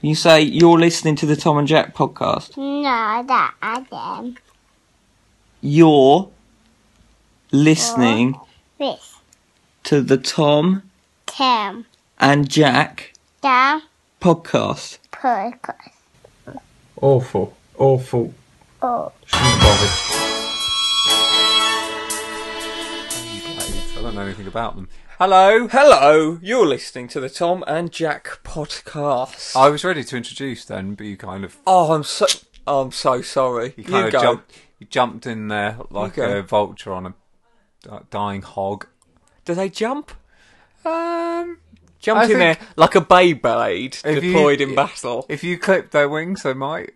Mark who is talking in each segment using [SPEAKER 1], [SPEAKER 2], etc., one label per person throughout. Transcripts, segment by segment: [SPEAKER 1] You say you're listening to the Tom and Jack podcast.
[SPEAKER 2] No, that I am
[SPEAKER 1] You're listening
[SPEAKER 2] with
[SPEAKER 1] to the Tom
[SPEAKER 2] Tim
[SPEAKER 1] and Jack
[SPEAKER 2] the
[SPEAKER 1] podcast.
[SPEAKER 2] podcast.
[SPEAKER 3] Awful. Awful.
[SPEAKER 2] Oh,
[SPEAKER 3] Shouldn't bother. I don't know anything about them.
[SPEAKER 1] Hello, hello. You're listening to the Tom and Jack podcast.
[SPEAKER 3] I was ready to introduce then, but you kind of
[SPEAKER 1] oh, I'm so I'm so sorry. You,
[SPEAKER 3] you kind of
[SPEAKER 1] go.
[SPEAKER 3] jumped you jumped in there like
[SPEAKER 1] go.
[SPEAKER 3] a vulture on a d- dying hog.
[SPEAKER 1] Do they jump? Um, jumped
[SPEAKER 3] I
[SPEAKER 1] in there
[SPEAKER 3] think-
[SPEAKER 1] like a bay blade
[SPEAKER 3] If you-
[SPEAKER 1] deployed in battle.
[SPEAKER 3] If you clip their wings, they might.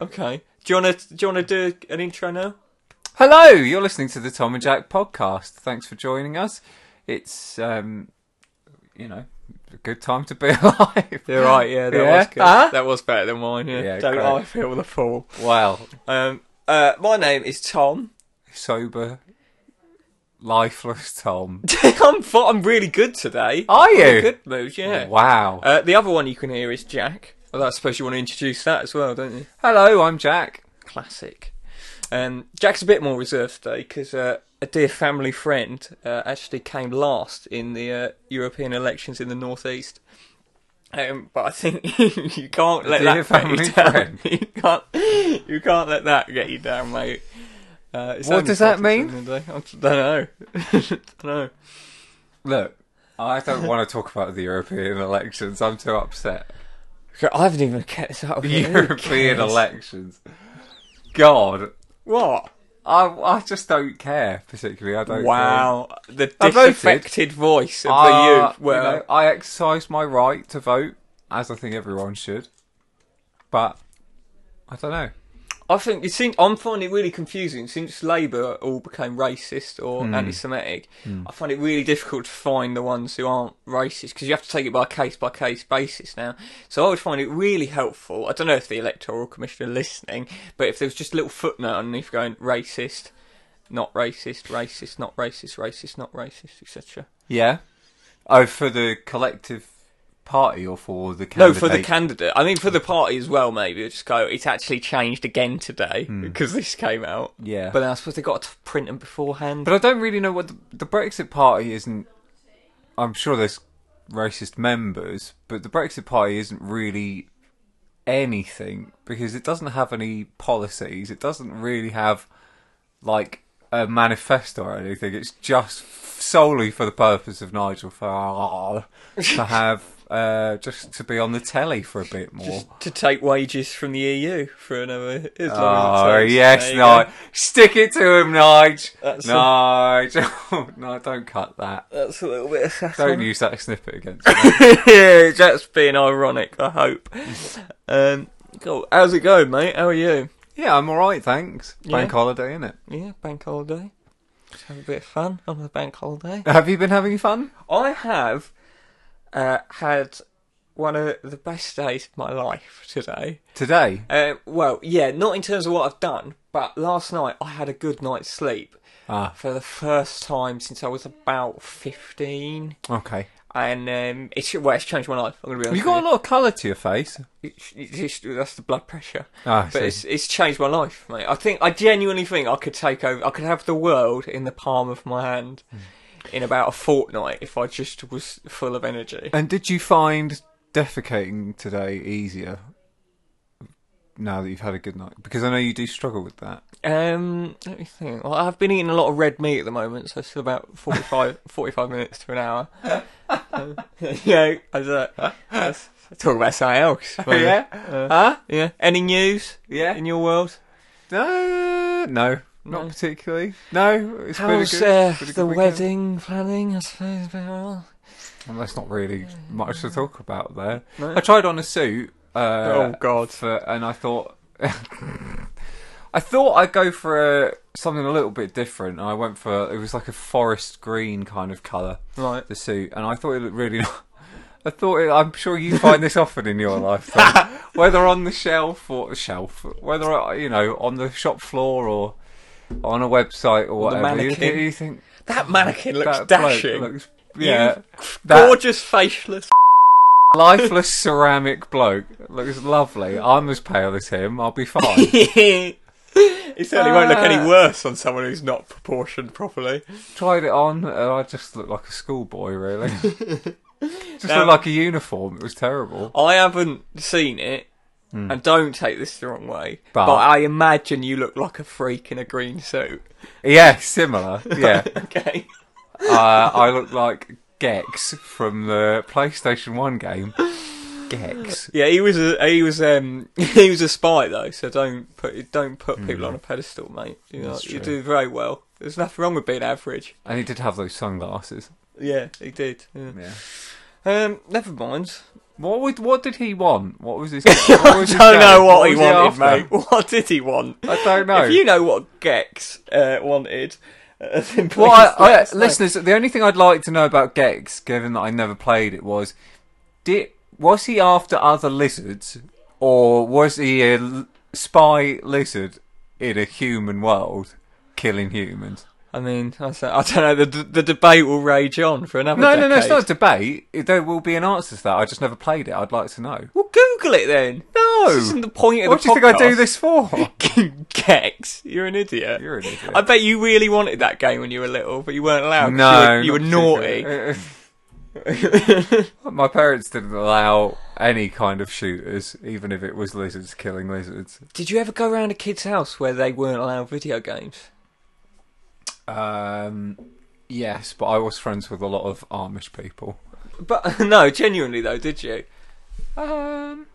[SPEAKER 1] Okay. Do you wanna do you wanna do an intro now?
[SPEAKER 3] Hello, you're listening to the Tom and Jack podcast. Thanks for joining us. It's um, you know, a good time to be alive.
[SPEAKER 1] You're right. Yeah, that
[SPEAKER 3] Yeah?
[SPEAKER 1] was good.
[SPEAKER 3] Huh?
[SPEAKER 1] That was better than mine. Yeah.
[SPEAKER 3] Yeah,
[SPEAKER 1] Don't
[SPEAKER 3] great.
[SPEAKER 1] I feel the fool?
[SPEAKER 3] Wow,
[SPEAKER 1] Um. Uh. My name is Tom.
[SPEAKER 3] sober, lifeless Tom.
[SPEAKER 1] I'm fi- I'm really good today.
[SPEAKER 3] Are
[SPEAKER 1] I'm in
[SPEAKER 3] you?
[SPEAKER 1] Good mood. Yeah.
[SPEAKER 3] Wow.
[SPEAKER 1] Uh, the other one you can hear is Jack. Although I suppose you want to introduce that as well, don't you?
[SPEAKER 3] Hello, I'm Jack.
[SPEAKER 1] Classic. Um, Jack's a bit more reserved today because uh, a dear family friend uh, actually came last in the uh, European elections in the northeast. Um, but I think you can't let that
[SPEAKER 3] dear
[SPEAKER 1] get you
[SPEAKER 3] family
[SPEAKER 1] down.
[SPEAKER 3] friend.
[SPEAKER 1] You can't, you can't let that get you down, mate. Uh, it's
[SPEAKER 3] What
[SPEAKER 1] only
[SPEAKER 3] does that
[SPEAKER 1] Saturday,
[SPEAKER 3] mean?
[SPEAKER 1] isn't it, though? I don't know. don't know.
[SPEAKER 3] Look, I don't want to talk about the European elections. I'm too upset.
[SPEAKER 1] I haven't even kept this up.
[SPEAKER 3] European elections. God,
[SPEAKER 1] What?
[SPEAKER 3] I I just don't care particularly. I don't.
[SPEAKER 1] Wow, the
[SPEAKER 3] I voted.
[SPEAKER 1] disaffected voice of
[SPEAKER 3] Care. Uh,
[SPEAKER 1] the youth. Well,
[SPEAKER 3] you know, I exercise my right to vote, as I think everyone should. But I don't know.
[SPEAKER 1] I think it seems, I'm finding it really confusing since Labour all became racist or
[SPEAKER 3] Hmm.
[SPEAKER 1] anti-Semitic. I find it really difficult to find the ones who aren't racist because you have to take it by a case by case basis now. So I would find it really helpful. I don't know if the electoral commissioner are listening, but if there was just a little footnote underneath going racist, not racist, racist, not racist, racist, not racist, etc.
[SPEAKER 3] Yeah. Oh, for the collective party or for the
[SPEAKER 1] No, for the
[SPEAKER 3] candidate?
[SPEAKER 1] candidate. I mean, for the party as well. Maybe just go. It's actually changed again today because this came out.
[SPEAKER 3] Hmm. yeah.
[SPEAKER 1] But then I suppose they got to print them beforehand.
[SPEAKER 3] But I don't really know what the, the Brexit Party isn't. I'm sure there's racist members, but the Brexit Party isn't really anything because it doesn't have any policies. It doesn't really have like a manifesto or anything. It's just solely for the purpose of Nigel Farage to have uh, just to be on the telly for a bit more.
[SPEAKER 1] Just to take wages from the EU for another as long
[SPEAKER 3] Oh
[SPEAKER 1] as it takes.
[SPEAKER 3] yes,
[SPEAKER 1] There you
[SPEAKER 3] Nige.
[SPEAKER 1] go.
[SPEAKER 3] Stick it to him, Nige.
[SPEAKER 1] That's a-
[SPEAKER 3] Nige. no, don't cut that.
[SPEAKER 1] That's a little bit of satire.
[SPEAKER 3] Don't use that snippet against me.
[SPEAKER 1] yeah, that's being ironic. I hope. Um, cool. How's it going, mate? How are you?
[SPEAKER 3] yeah, I'm alright, thanks.
[SPEAKER 1] Yeah.
[SPEAKER 3] Bank holiday, innit?
[SPEAKER 1] Yeah, bank holiday. Just have a bit of fun on the bank holiday.
[SPEAKER 3] Have you been having fun?
[SPEAKER 1] I have uh, had one of the best days of my life today.
[SPEAKER 3] Today?
[SPEAKER 1] Uh, well, yeah, not in terms of what I've done, but last night I had a good night's sleep
[SPEAKER 3] Ah,
[SPEAKER 1] for the first time since I was about 15.
[SPEAKER 3] okay.
[SPEAKER 1] And um, it's, well, it's changed my life, I'm going to be honest
[SPEAKER 3] You got
[SPEAKER 1] with
[SPEAKER 3] a lot of colour to your face.
[SPEAKER 1] you. It's- it's- it's- that's the blood pressure.
[SPEAKER 3] Ah, I
[SPEAKER 1] But
[SPEAKER 3] see.
[SPEAKER 1] it's, it's changed my life, mate. I think, I genuinely think I could take over, I could have the world in the palm of my hand
[SPEAKER 3] Hmm.
[SPEAKER 1] in about a fortnight if I just was full of energy.
[SPEAKER 3] And did you find defecating today easier? Now that you've had a good night, because I know you do struggle with that.
[SPEAKER 1] Um, let me think. Well, I've been eating a lot of red meat at the moment, so it's about 45, 45 minutes to an hour. Um, yeah, I was, uh, that's- talk about something else. maybe. Uh,
[SPEAKER 3] huh?
[SPEAKER 1] yeah. Any news
[SPEAKER 3] Yeah.
[SPEAKER 1] in your world?
[SPEAKER 3] Uh, no, not
[SPEAKER 1] No.
[SPEAKER 3] particularly. No, it's been a
[SPEAKER 1] How's
[SPEAKER 3] good,
[SPEAKER 1] uh,
[SPEAKER 3] been a good
[SPEAKER 1] the
[SPEAKER 3] weekend.
[SPEAKER 1] wedding planning? I suppose very well.
[SPEAKER 3] Well, that's not really much to talk about there.
[SPEAKER 1] No?
[SPEAKER 3] I tried on a suit. Uh,
[SPEAKER 1] Oh, God.
[SPEAKER 3] For, and I thought, I thought I'd go for a, something a little bit different. And I went for it was like a forest green kind of colour,
[SPEAKER 1] Right.
[SPEAKER 3] the suit, and I thought it looked really. ni- I thought it, I'm sure you find this often in your life, Tom. whether on the shelf or shelf, whether uh, you know on the shop floor or on a website or
[SPEAKER 1] the
[SPEAKER 3] whatever. You,
[SPEAKER 1] mannequin.
[SPEAKER 3] you think
[SPEAKER 1] That mannequin looks
[SPEAKER 3] that bloke
[SPEAKER 1] dashing.
[SPEAKER 3] looks- yeah, that-
[SPEAKER 1] Gorgeous faceless.
[SPEAKER 3] lifeless ceramic bloke looks lovely. I'm as pale as him. I'll be fine.
[SPEAKER 1] it certainly won't look
[SPEAKER 3] Ah.
[SPEAKER 1] any worse on someone who's not proportioned properly.
[SPEAKER 3] Tried it on, and I just looked like a schoolboy. Really, just
[SPEAKER 1] Now-
[SPEAKER 3] looked like a uniform. It was terrible.
[SPEAKER 1] I haven't seen it, and don't take this the wrong way,
[SPEAKER 3] But-
[SPEAKER 1] Hmm. but, I imagine you look like a freak in a green suit.
[SPEAKER 3] Yeah, similar. Yeah,
[SPEAKER 1] okay.
[SPEAKER 3] uh, I look like Gex from the PlayStation One game. Gex.
[SPEAKER 1] Yeah, he was a he was um he was a spy though, so don't put don't put people on a pedestal, mate. You know,
[SPEAKER 3] That's
[SPEAKER 1] you
[SPEAKER 3] true.
[SPEAKER 1] do very well. There's nothing wrong with being average.
[SPEAKER 3] And he did have those sunglasses.
[SPEAKER 1] Yeah, he did. yeah.
[SPEAKER 3] Yeah.
[SPEAKER 1] Um, never mind.
[SPEAKER 3] What would, what did he want? What was his? What was his
[SPEAKER 1] don't know
[SPEAKER 3] game?
[SPEAKER 1] what, he
[SPEAKER 3] was
[SPEAKER 1] wanted,
[SPEAKER 3] after?
[SPEAKER 1] mate. What did he want?
[SPEAKER 3] I don't know.
[SPEAKER 1] If you know what Gex uh, wanted, uh, then please
[SPEAKER 3] Well, I,
[SPEAKER 1] let
[SPEAKER 3] I,
[SPEAKER 1] us know.
[SPEAKER 3] listeners, the only thing I'd like to know about Gex, given that I never played it, was did was he after other lizards, or was he a l- spy lizard in a human world, killing humans?
[SPEAKER 1] I mean, I don't I don't know. The, d- the debate will rage on for another.
[SPEAKER 3] No, no, no, it's
[SPEAKER 1] decade.
[SPEAKER 3] not a debate. There will be an answer to that. I just never played it. I'd like to know.
[SPEAKER 1] Well, Google it then.
[SPEAKER 3] No,
[SPEAKER 1] This isn't the point of the
[SPEAKER 3] what do you think I do
[SPEAKER 1] podcast.
[SPEAKER 3] this for?
[SPEAKER 1] Gex, you're an idiot.
[SPEAKER 3] You're an idiot.
[SPEAKER 1] I bet you really wanted that game when you were little, but you weren't allowed. 'cause
[SPEAKER 3] no,
[SPEAKER 1] you were, you
[SPEAKER 3] not
[SPEAKER 1] were naughty.
[SPEAKER 3] particularly. My parents didn't allow any kind of shooters, even if it was lizards killing lizards.
[SPEAKER 1] Did you ever go around a kid's house where they weren't allowed video games?
[SPEAKER 3] Um, yes, but I was friends with a lot of Amish people.
[SPEAKER 1] But no, genuinely though, did you?
[SPEAKER 3] Um,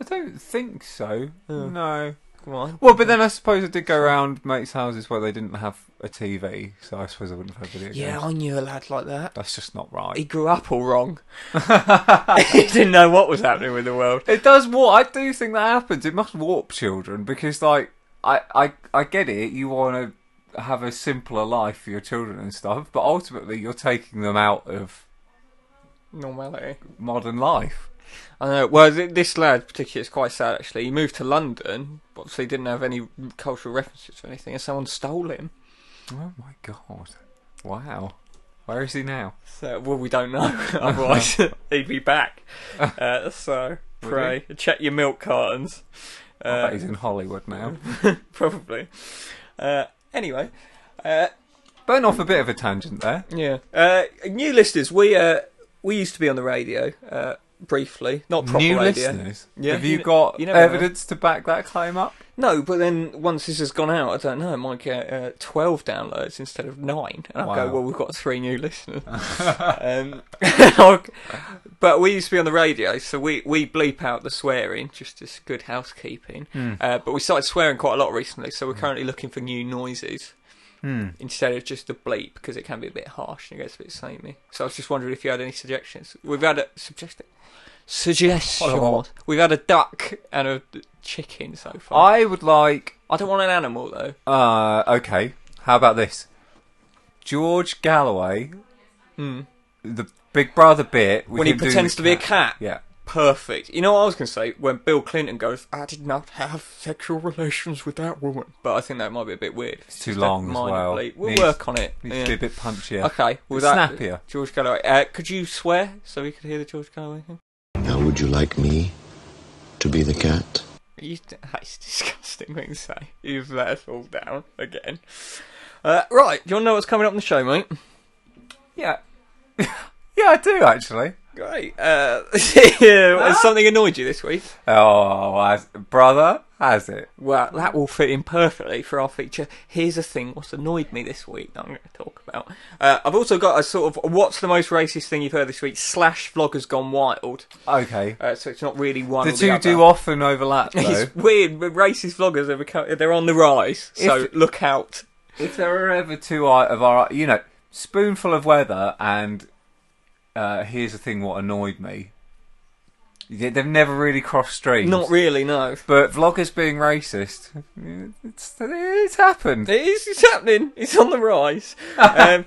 [SPEAKER 3] I don't think so. No.
[SPEAKER 1] Come on.
[SPEAKER 3] Well, but then I suppose I did go around mates' houses where they didn't have a TV, so I suppose I wouldn't have had video
[SPEAKER 1] Yeah,
[SPEAKER 3] games.
[SPEAKER 1] I knew a lad like that.
[SPEAKER 3] That's just not
[SPEAKER 1] He
[SPEAKER 3] right.
[SPEAKER 1] grew up all wrong. he didn't know what was happening with the world.
[SPEAKER 3] It does warp. I do think that happens. It must warp children because, like, I, I, I get it. You want to have a simpler life for your children and stuff, but ultimately you're taking them out of
[SPEAKER 1] Normality.
[SPEAKER 3] modern life.
[SPEAKER 1] I know. Well, th- this lad particularly is quite sad. Actually, he moved to London, but obviously he didn't have any cultural references or anything, and someone stole him.
[SPEAKER 3] Oh my god! Wow. Where is he now?
[SPEAKER 1] So, well, we don't know. Otherwise, he'd be back. Uh, so,
[SPEAKER 3] Would
[SPEAKER 1] pray. Check your milk cartons.
[SPEAKER 3] I
[SPEAKER 1] Uh,
[SPEAKER 3] bet he's in Hollywood now.
[SPEAKER 1] probably. Uh, anyway, uh,
[SPEAKER 3] Burn off a bit of a tangent there.
[SPEAKER 1] yeah. Uh, new listeners, we uh, we used to be on the radio uh, briefly, not proper
[SPEAKER 3] New
[SPEAKER 1] radio.
[SPEAKER 3] listeners.
[SPEAKER 1] Yeah,
[SPEAKER 3] Have
[SPEAKER 1] you
[SPEAKER 3] you
[SPEAKER 1] ne-
[SPEAKER 3] got
[SPEAKER 1] you never know.
[SPEAKER 3] evidence to back that claim up?
[SPEAKER 1] No, but then once this has gone out, I don't know. It might get uh, twelve downloads instead of nine, and I'll
[SPEAKER 3] Wow.
[SPEAKER 1] go, "Well, we've got three new listeners." um, I'll- but we used to be on the radio, so we, we bleep out the swearing just as good housekeeping.
[SPEAKER 3] Hmm.
[SPEAKER 1] Uh, but we started swearing quite a lot recently, so we're currently looking for new noises
[SPEAKER 3] Hmm.
[SPEAKER 1] instead of just the bleep because it can be a bit harsh and it gets a bit samey. So I was just wondering if you had any suggestions. We've had a suggestion. Suggestions. We've had a duck and a d- chicken so far.
[SPEAKER 3] I would like.
[SPEAKER 1] I don't want an animal though.
[SPEAKER 3] Uh, okay. How about this? George Galloway,
[SPEAKER 1] Hmm.
[SPEAKER 3] the Big Brother bit with
[SPEAKER 1] When he
[SPEAKER 3] him doing
[SPEAKER 1] pretends
[SPEAKER 3] the
[SPEAKER 1] to be a cat.
[SPEAKER 3] Yeah.
[SPEAKER 1] Perfect. You know what I was going to say? When Bill Clinton goes, I did not have sexual relations with that woman. But I think that might be a bit weird. It's
[SPEAKER 3] too
[SPEAKER 1] just a
[SPEAKER 3] long as
[SPEAKER 1] minor
[SPEAKER 3] well.
[SPEAKER 1] bleep. We'll
[SPEAKER 3] Needs-
[SPEAKER 1] work on it.
[SPEAKER 3] Needs
[SPEAKER 1] yeah.
[SPEAKER 3] to be a bit punchier.
[SPEAKER 1] Okay, well,
[SPEAKER 3] Bit
[SPEAKER 1] that,
[SPEAKER 3] snappier.
[SPEAKER 1] George Galloway. Uh, could you swear so we could hear the George Galloway thing?
[SPEAKER 4] Now, would you like me to be the cat?
[SPEAKER 1] You, that's disgusting thing to say. You've let us all down again. Uh, right, do you want to know what's coming up on the show, mate?
[SPEAKER 3] Yeah. yeah, I do actually.
[SPEAKER 1] Great. Uh,
[SPEAKER 3] Ah.
[SPEAKER 1] has something annoyed you this week?
[SPEAKER 3] Oh, has, brother, has it?
[SPEAKER 1] Well, that will fit in perfectly for our feature. Here's a thing what's annoyed me this week that I'm going to talk about. Uh, I've also got a sort of what's the most racist thing you've heard this week slash vloggers gone wild.
[SPEAKER 3] Okay.
[SPEAKER 1] Uh, so it's not really one.
[SPEAKER 3] The
[SPEAKER 1] or
[SPEAKER 3] two
[SPEAKER 1] other.
[SPEAKER 3] do often overlap though.
[SPEAKER 1] It's weird. But racist vloggers are become, they're on the rise. So
[SPEAKER 3] If-
[SPEAKER 1] look out.
[SPEAKER 3] if there are ever two i- of our, you know, spoonful of weather, and uh, here's the thing: what annoyed me, They- they've never really crossed streams.
[SPEAKER 1] Not really. No.
[SPEAKER 3] But vloggers being racist, it's, it's happened.
[SPEAKER 1] It is. It's happening. It's on the rise. um,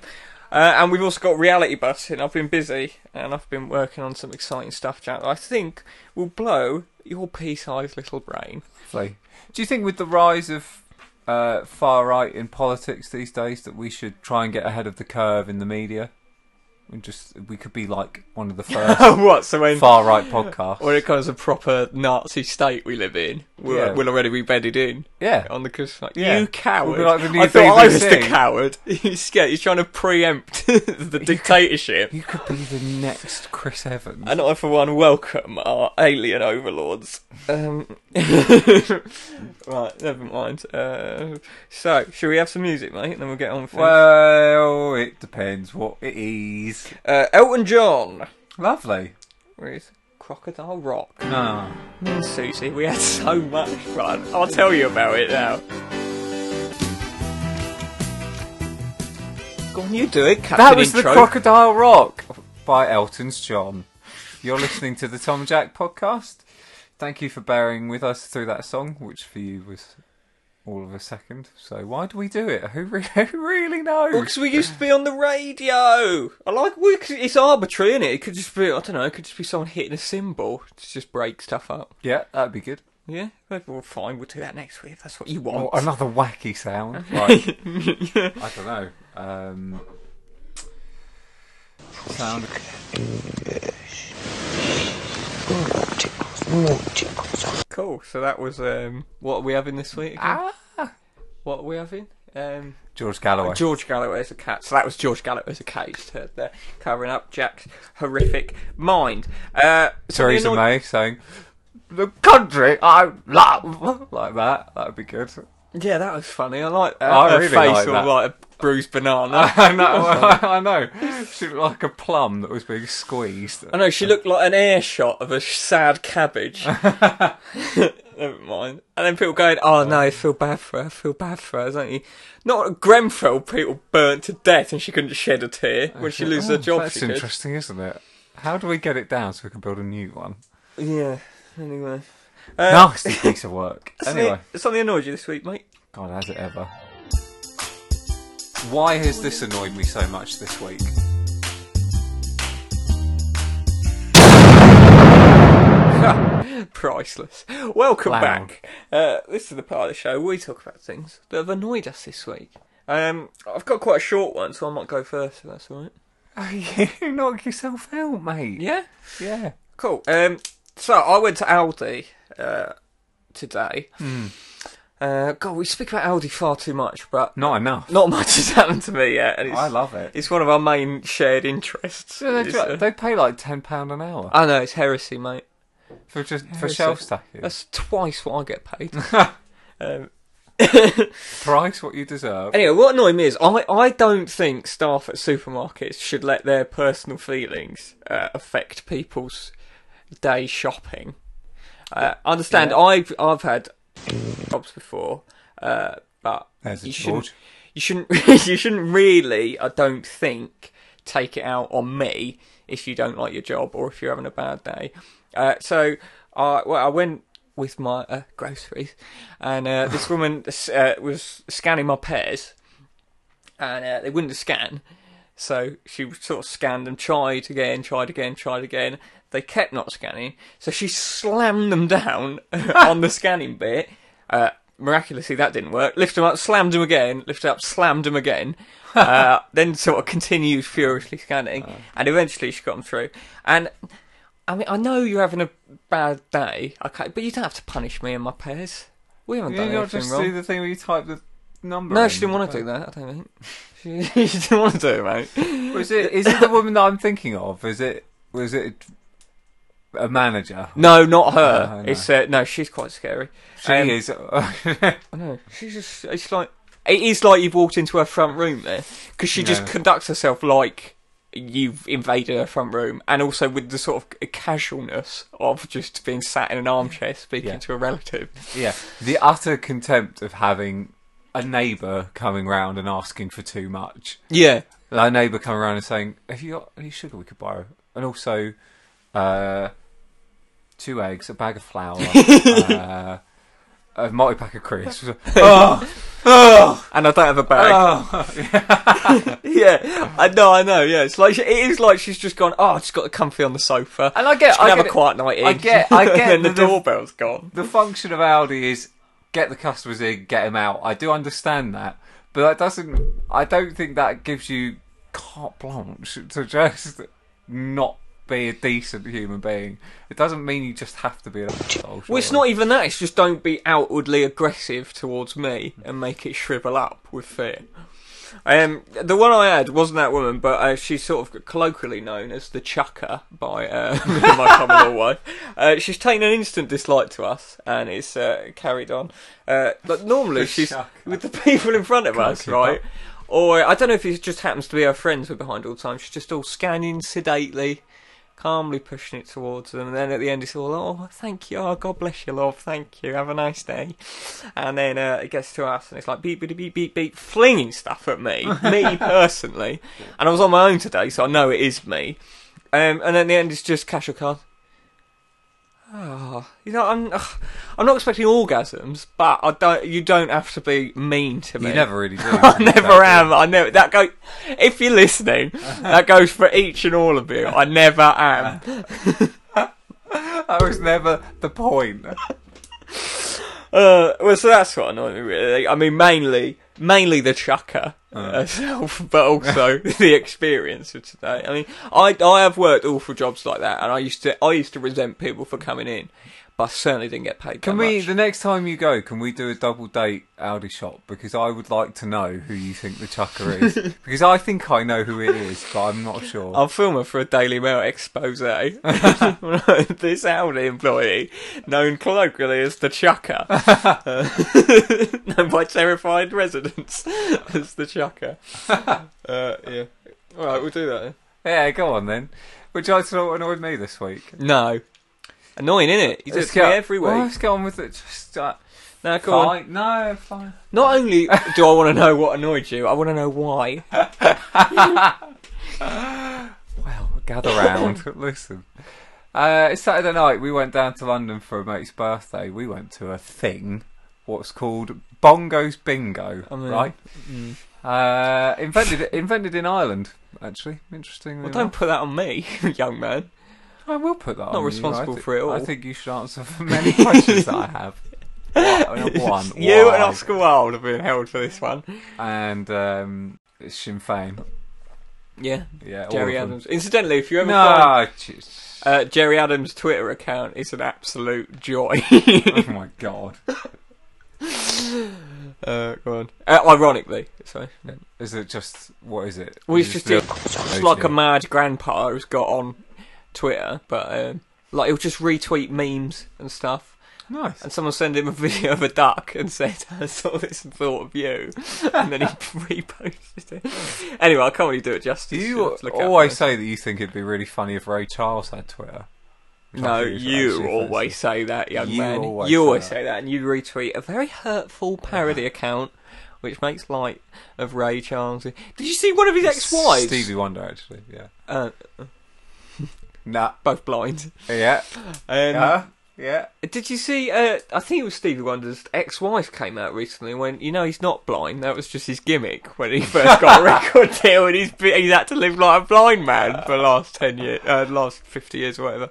[SPEAKER 1] uh, and we've also got reality busting. I've been busy and I've been working on some exciting stuff, Jack. That I think will blow your pea-sized little brain.
[SPEAKER 3] Like, Do you think with the rise of uh, far right in politics these days that we should try and get ahead of the curve in the media? and just we could be like one of the first
[SPEAKER 1] Oh, what? So when
[SPEAKER 3] far right podcasts.
[SPEAKER 1] when it comes to proper Nazi state we live in, we'll,
[SPEAKER 3] Yeah.
[SPEAKER 1] we'll already be bedded in.
[SPEAKER 3] Yeah.
[SPEAKER 1] On the Christmas. Like,
[SPEAKER 3] Yeah.
[SPEAKER 1] You coward.
[SPEAKER 3] We'll be like the new
[SPEAKER 1] I thought I was the
[SPEAKER 3] BBC.
[SPEAKER 1] coward. You're scared. You're trying to preempt the dictatorship.
[SPEAKER 3] You could be the next Chris Evans.
[SPEAKER 1] And I, for one, welcome our alien overlords. Um, right, never mind. Uh, so, shall we have some music, mate, and then we'll get on with things?
[SPEAKER 3] Well, it depends what it is.
[SPEAKER 1] uh, Elton John
[SPEAKER 3] Lovely.
[SPEAKER 1] with Crocodile Rock.
[SPEAKER 3] Ah.
[SPEAKER 1] Mm, Susie, we had so much fun. I'll tell you about it now. Go on, you do it, Captain
[SPEAKER 3] That was the
[SPEAKER 1] Intro.
[SPEAKER 3] Crocodile Rock by Elton's John. You're listening to the Tom and Jack podcast. Thank you for bearing with us through that song, which for you was all of a second. So why do we do it? Who, re- who really knows?
[SPEAKER 1] Because we used to be on the radio. I like we, 'cause it's arbitrary, is it? It could just be I don't know. It could just be someone hitting a cymbal to just break stuff up.
[SPEAKER 3] Yeah, that'd be good.
[SPEAKER 1] Yeah, maybe we'll fine. We'll do that next week. If that's what you
[SPEAKER 3] Or
[SPEAKER 1] want.
[SPEAKER 3] Oh, another wacky sound. Right. I don't know. Um, sound.
[SPEAKER 1] cool. So that was um, what are we having this week? Again?
[SPEAKER 3] Ah.
[SPEAKER 1] What are we having? Um,
[SPEAKER 3] George Galloway.
[SPEAKER 1] George Galloway's a cat. So that was George Galloway's a caged heard there, covering up Jack's horrific mind. Uh,
[SPEAKER 3] Theresa
[SPEAKER 1] something annoy-
[SPEAKER 3] May saying, "The country I love," like that. That'd be good.
[SPEAKER 1] Yeah, that was funny. I like uh,
[SPEAKER 3] I
[SPEAKER 1] her
[SPEAKER 3] really
[SPEAKER 1] face
[SPEAKER 3] like
[SPEAKER 1] all
[SPEAKER 3] that.
[SPEAKER 1] like a bruised banana.
[SPEAKER 3] I know. I know. She looked like a plum that was being squeezed.
[SPEAKER 1] I know she looked like an air shot of a sh- sad cabbage. Never mind. And then people going, "Oh no, I feel bad for her. I feel bad for her, don't you?" Not Grenfell. People burnt to death, and she couldn't shed a tear when she loses her
[SPEAKER 3] Oh,
[SPEAKER 1] job.
[SPEAKER 3] That's
[SPEAKER 1] she could.
[SPEAKER 3] interesting, isn't it? How do we get it down so we can build a new one?
[SPEAKER 1] Yeah. Anyway. Uh,
[SPEAKER 3] Nasty piece of work. Anyway,
[SPEAKER 1] Something, something annoyed you this week, mate.
[SPEAKER 3] God, has it ever? Why has this annoyed me so much this week?
[SPEAKER 1] Priceless. Welcome
[SPEAKER 3] Wow.
[SPEAKER 1] back. Uh, this is the part of the show where we talk about things that have annoyed us this week. Um, I've got quite a short one, so I might go first if that's alright.
[SPEAKER 3] you knock yourself out, mate.
[SPEAKER 1] Yeah?
[SPEAKER 3] Yeah.
[SPEAKER 1] Cool. Um, so I went to Aldi uh, today.
[SPEAKER 3] Hmm.
[SPEAKER 1] Uh, God, we speak about Aldi far too much, but
[SPEAKER 3] Not enough.
[SPEAKER 1] not much has happened to me yet. And it's,
[SPEAKER 3] I love it.
[SPEAKER 1] It's one of our main shared interests.
[SPEAKER 3] So they,
[SPEAKER 1] It's, uh,
[SPEAKER 3] they pay like ten pound an hour
[SPEAKER 1] I know it's heresy, mate.
[SPEAKER 3] for just for
[SPEAKER 1] Heresy.
[SPEAKER 3] shelf stacking.
[SPEAKER 1] That's twice what I get paid. um,
[SPEAKER 3] Price what you deserve.
[SPEAKER 1] anyway, what annoyed me is I, I don't think staff at supermarkets should let their personal feelings uh, affect people's day shopping. Uh, I understand I've I've had jobs before, uh, but
[SPEAKER 3] There's a
[SPEAKER 1] you
[SPEAKER 3] George.
[SPEAKER 1] shouldn't you shouldn't you shouldn't really I don't think take it out on me if you don't like your job or if you're having a bad day. Uh, so I well I went with my uh, groceries, and uh, this woman uh, was scanning my pears, and uh, they wouldn't scan. So she sort of scanned and tried again, tried again, tried again. They kept not scanning, so she slammed them down on the scanning bit. Uh, miraculously, that didn't work. Lifted them up, slammed them again, lifted up, slammed them again. uh, then sort of continued furiously scanning,
[SPEAKER 3] Uh.
[SPEAKER 1] and eventually she got them through. And I mean, I know you're having a bad day, okay, but you don't have to punish me and my pears. We haven't
[SPEAKER 3] You
[SPEAKER 1] done
[SPEAKER 3] not
[SPEAKER 1] anything
[SPEAKER 3] just
[SPEAKER 1] wrong.
[SPEAKER 3] do the thing where you type the number.
[SPEAKER 1] No, she didn't want to do that. I don't think she, she didn't want to do it, mate.
[SPEAKER 3] that. Was it? Is it the woman that I'm thinking of? Is it? Was it a manager?
[SPEAKER 1] No, not her.
[SPEAKER 3] Oh, No, no.
[SPEAKER 1] It's uh, no, she's quite scary.
[SPEAKER 3] She
[SPEAKER 1] Um,
[SPEAKER 3] is.
[SPEAKER 1] I know. She's just. It's like it is like you've walked into her front room there because she just
[SPEAKER 3] No.
[SPEAKER 1] conducts herself like you've invaded her front room, and also with the sort of casualness of just being sat in an armchair speaking
[SPEAKER 3] Yeah.
[SPEAKER 1] to a relative.
[SPEAKER 3] yeah, the utter contempt of having a neighbour coming round and asking for too much.
[SPEAKER 1] Yeah.
[SPEAKER 3] Our neighbour coming around and saying, "Have you got any sugar we could borrow?" And also, uh, two eggs, a bag of flour, uh, a multi pack of crisps. oh, oh,
[SPEAKER 1] And I don't have a bag.
[SPEAKER 3] oh.
[SPEAKER 1] Ah, yeah, I know, I know. Yeah, it's like she, it is like she's just gone. Oh, I just got comfy on the sofa.
[SPEAKER 3] And I get-
[SPEAKER 1] Just gonna
[SPEAKER 3] I
[SPEAKER 1] have
[SPEAKER 3] get
[SPEAKER 1] a
[SPEAKER 3] it.
[SPEAKER 1] quiet night. In.
[SPEAKER 3] I get- I get
[SPEAKER 1] and then the,
[SPEAKER 3] the-
[SPEAKER 1] doorbell's gone.
[SPEAKER 3] The function of Aldi is get the customers in, get them out. I do understand that, but that doesn't. I don't think that gives you carte blanche to just not be a decent human being. It doesn't mean you just have to be an asshole.
[SPEAKER 1] Well, it's not even that. It's just don't be outwardly aggressive towards me and make it shrivel up with fear. Um, the one I had wasn't that woman, but uh, she's sort of colloquially known as the Chucker by uh, me and my common law wife. Uh, she's taken an instant dislike to us, and it's uh, carried on. Uh, like normally, she's
[SPEAKER 3] Chucker.
[SPEAKER 1] with the people in front of us,
[SPEAKER 3] keep
[SPEAKER 1] right?
[SPEAKER 3] up.
[SPEAKER 1] Or I don't know if it just happens to be her friends who are behind all the time. She's just all scanning sedately, calmly pushing it towards them, and then at the end it's all, oh, thank you, oh, God bless you, love, thank you, have a nice day. And then uh, it gets to us, and it's like beep, beep, beep, beep, beep, flinging stuff at me, me personally. And I was on my own today, so I know it is me. Um, and then the end is just cash or card. Oh, you know, I'm ugh, I'm not expecting orgasms, but I don't. You don't have to be mean to me.
[SPEAKER 3] You never really do.
[SPEAKER 1] I never am. I never that go. If you're listening, that goes for each and all of you. I never am.
[SPEAKER 3] That was never the point.
[SPEAKER 1] Uh, well, so that's what annoyed me really. I mean, mainly, mainly the chucker
[SPEAKER 3] Oh.
[SPEAKER 1] herself, but also the experience of today. I mean, I I have worked awful jobs like that, and I used to I used to resent people for coming in, but I certainly didn't get paid.
[SPEAKER 3] Can
[SPEAKER 1] that
[SPEAKER 3] we,
[SPEAKER 1] much.
[SPEAKER 3] the next time you go, can we do a double date Audi shop? Because I would like to know who you think the chucker is. because I think I know who it is, but I'm not sure.
[SPEAKER 1] I'll film her for a Daily Mail expose. this Audi employee, known colloquially as the Chucker, uh, known by terrified residents as the Chucker. Uh, yeah. All right, we'll do that. Then.
[SPEAKER 3] Yeah, go on then. Would you like to know what annoyed me this week?
[SPEAKER 1] No, annoying, isn't it? You do it
[SPEAKER 3] Let's
[SPEAKER 1] to me
[SPEAKER 3] get-
[SPEAKER 1] every week.
[SPEAKER 3] Well, let's get on with it. Just, uh,
[SPEAKER 1] Now go on.
[SPEAKER 3] fine. No, fine.
[SPEAKER 1] Not only do I want to know what annoyed you, I want to know why.
[SPEAKER 3] Well, gather round. Listen. Uh, it's Saturday night. We went down to London for a mate's birthday. We went to a thing, what's called Bongo's Bingo,
[SPEAKER 1] I mean, mm.
[SPEAKER 3] right? Uh, invented invented in Ireland, actually. Interestingly,
[SPEAKER 1] Well, don't put that on me, young man.
[SPEAKER 3] enough. I will put that. Not
[SPEAKER 1] responsible for it all.
[SPEAKER 3] Oh, I think you should answer for many questions that I have. What- One,
[SPEAKER 1] You and
[SPEAKER 3] why?
[SPEAKER 1] Oscar Wilde have been held for this one.
[SPEAKER 3] and um, it's Sinn Fein.
[SPEAKER 1] Yeah.
[SPEAKER 3] Yeah, all
[SPEAKER 1] Jerry
[SPEAKER 3] of them.
[SPEAKER 1] Adams. Incidentally, if you ever find
[SPEAKER 3] No, jeez.
[SPEAKER 1] uh, Jerry Adams' Twitter account, it's an absolute joy.
[SPEAKER 3] oh my god.
[SPEAKER 1] uh, go on. Uh, ironically, sorry.
[SPEAKER 3] Is it just what is it?
[SPEAKER 1] Well,
[SPEAKER 3] Is
[SPEAKER 1] it's
[SPEAKER 3] it
[SPEAKER 1] just
[SPEAKER 3] Oh,
[SPEAKER 1] it's like a mad grandpa who's got on Twitter, but um, like he'll just retweet memes and stuff.
[SPEAKER 3] nice.
[SPEAKER 1] And someone sent him a video of a duck and said, "I saw this and thought of you," and then he reposted it. Anyway, I can't really do it
[SPEAKER 3] Do
[SPEAKER 1] justice.
[SPEAKER 3] you
[SPEAKER 1] You'll have to look out
[SPEAKER 3] always
[SPEAKER 1] for
[SPEAKER 3] say that you think it'd be really funny if Ray Charles had Twitter?
[SPEAKER 1] it.
[SPEAKER 3] Which I
[SPEAKER 1] No,
[SPEAKER 3] think is
[SPEAKER 1] you
[SPEAKER 3] actually
[SPEAKER 1] always say that, young
[SPEAKER 3] You
[SPEAKER 1] man.
[SPEAKER 3] always
[SPEAKER 1] you
[SPEAKER 3] say
[SPEAKER 1] always
[SPEAKER 3] that.
[SPEAKER 1] say that, and you retweet a very hurtful parody account, which makes light of Ray Charles. Did you see one of his
[SPEAKER 3] offensive.
[SPEAKER 1] ex-wives?
[SPEAKER 3] Stevie Wonder, actually. Yeah.
[SPEAKER 1] Uh,
[SPEAKER 3] Nah.
[SPEAKER 1] both blind.
[SPEAKER 3] Yeah.
[SPEAKER 1] Um,
[SPEAKER 3] Yeah. Yeah.
[SPEAKER 1] Did you see? Uh, I think it was Stevie Wonder's ex-wife came out recently. and Went, you know, he's not blind. That was just his gimmick when he first got a record deal, and he's be- he's had to live like a blind man for the last ten years, uh, last fifty years, or whatever.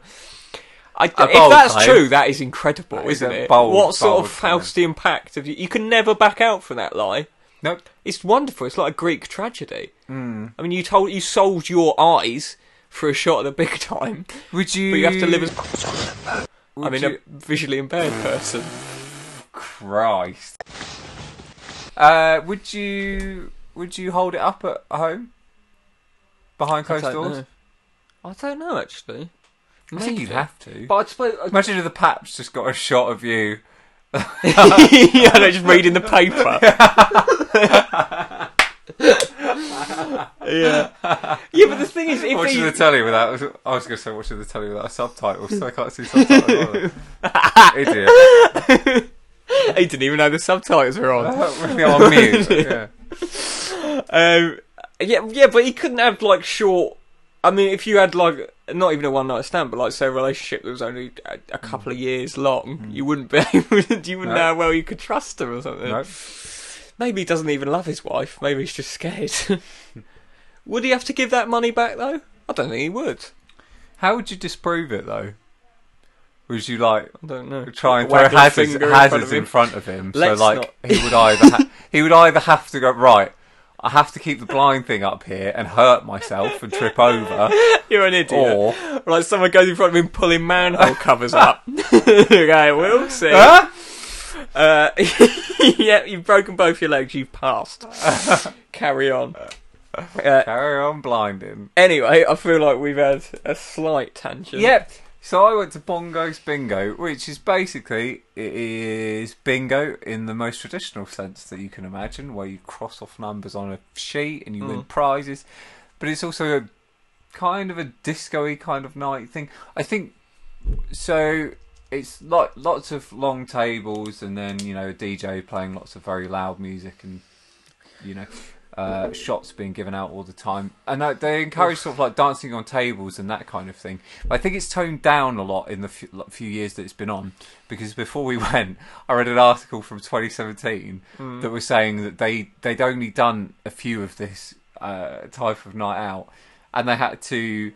[SPEAKER 1] I, if
[SPEAKER 3] bold
[SPEAKER 1] that's
[SPEAKER 3] claim.
[SPEAKER 1] true, that is incredible,
[SPEAKER 3] That
[SPEAKER 1] is
[SPEAKER 3] is
[SPEAKER 1] isn't
[SPEAKER 3] a
[SPEAKER 1] it?
[SPEAKER 3] bold,
[SPEAKER 1] what sort of
[SPEAKER 3] bold
[SPEAKER 1] Faustian pact have you? You can never back out from that lie.
[SPEAKER 3] Nope.
[SPEAKER 1] It's wonderful. It's like a Greek tragedy.
[SPEAKER 3] Hmm.
[SPEAKER 1] Mm. I mean, you told you sold your eyes for a shot at the big time,
[SPEAKER 3] Would you?
[SPEAKER 1] but you have to live as
[SPEAKER 3] Would
[SPEAKER 1] I mean,
[SPEAKER 3] you-
[SPEAKER 1] a visually impaired person.
[SPEAKER 3] Christ. Uh, would you? Would you hold it up at home? Behind closed
[SPEAKER 1] I don't
[SPEAKER 3] doors?
[SPEAKER 1] know. I don't know actually.
[SPEAKER 3] I think you'd have to.
[SPEAKER 1] But I suppose I
[SPEAKER 3] Imagine if the Paps just got a shot of you.
[SPEAKER 1] yeah, no, just reading the paper. yeah. Yeah, but the thing is, if
[SPEAKER 3] Watching
[SPEAKER 1] he,
[SPEAKER 3] the telly without. I was going to say watching the telly without subtitles, so I can't see subtitles. Idiot.
[SPEAKER 1] he didn't even know the subtitles were on.
[SPEAKER 3] Really on mute. Yeah.
[SPEAKER 1] Um, yeah, yeah, but he couldn't have like short. I mean, if you had like not even a one night stand, but like say a relationship that was only a, a couple of years long, you wouldn't be able. To, you wouldn't know
[SPEAKER 3] No.
[SPEAKER 1] how well you could trust him or something.
[SPEAKER 3] No.
[SPEAKER 1] Maybe he doesn't even love his wife. Maybe he's just scared. would he have to give that money back though? I don't think he would.
[SPEAKER 3] How would you disprove it though? Would you like
[SPEAKER 1] I don't know.
[SPEAKER 3] try and throw
[SPEAKER 1] Wag a
[SPEAKER 3] hazards,
[SPEAKER 1] finger
[SPEAKER 3] hazards
[SPEAKER 1] of him.
[SPEAKER 3] in front of him?
[SPEAKER 1] Let's
[SPEAKER 3] so like
[SPEAKER 1] not-
[SPEAKER 3] he would either ha- he would either have to go right. I have to keep the blind thing up here and hurt myself and trip over.
[SPEAKER 1] You're an idiot.
[SPEAKER 3] Or-
[SPEAKER 1] Or like someone goes in front of me and pulling manhole covers up. okay, we'll see.
[SPEAKER 3] Huh?
[SPEAKER 1] Uh, yeah, you've broken both your legs. You've passed. Carry on. Uh,
[SPEAKER 3] Carry on blinding.
[SPEAKER 1] anyway, I feel like we've had a slight tangent.
[SPEAKER 3] Yep. So I went to Bongo's Bingo, which is basically it is bingo in the most traditional sense that you can imagine, where you cross off numbers on a sheet and you win prizes. But it's also a kind of a disco-y kind of night thing. I think so. It's like lots of long tables, and then you know a DJ playing lots of very loud music, and you know uh, shots being given out all the time. And uh, they encourage sort of like dancing on tables and that kind of thing. But I think it's toned down a lot in the few, like, few years that it's been on. Because before we went, I read an article from 2017 that was saying that they they'd only done a few of this uh, type of night out, and they had to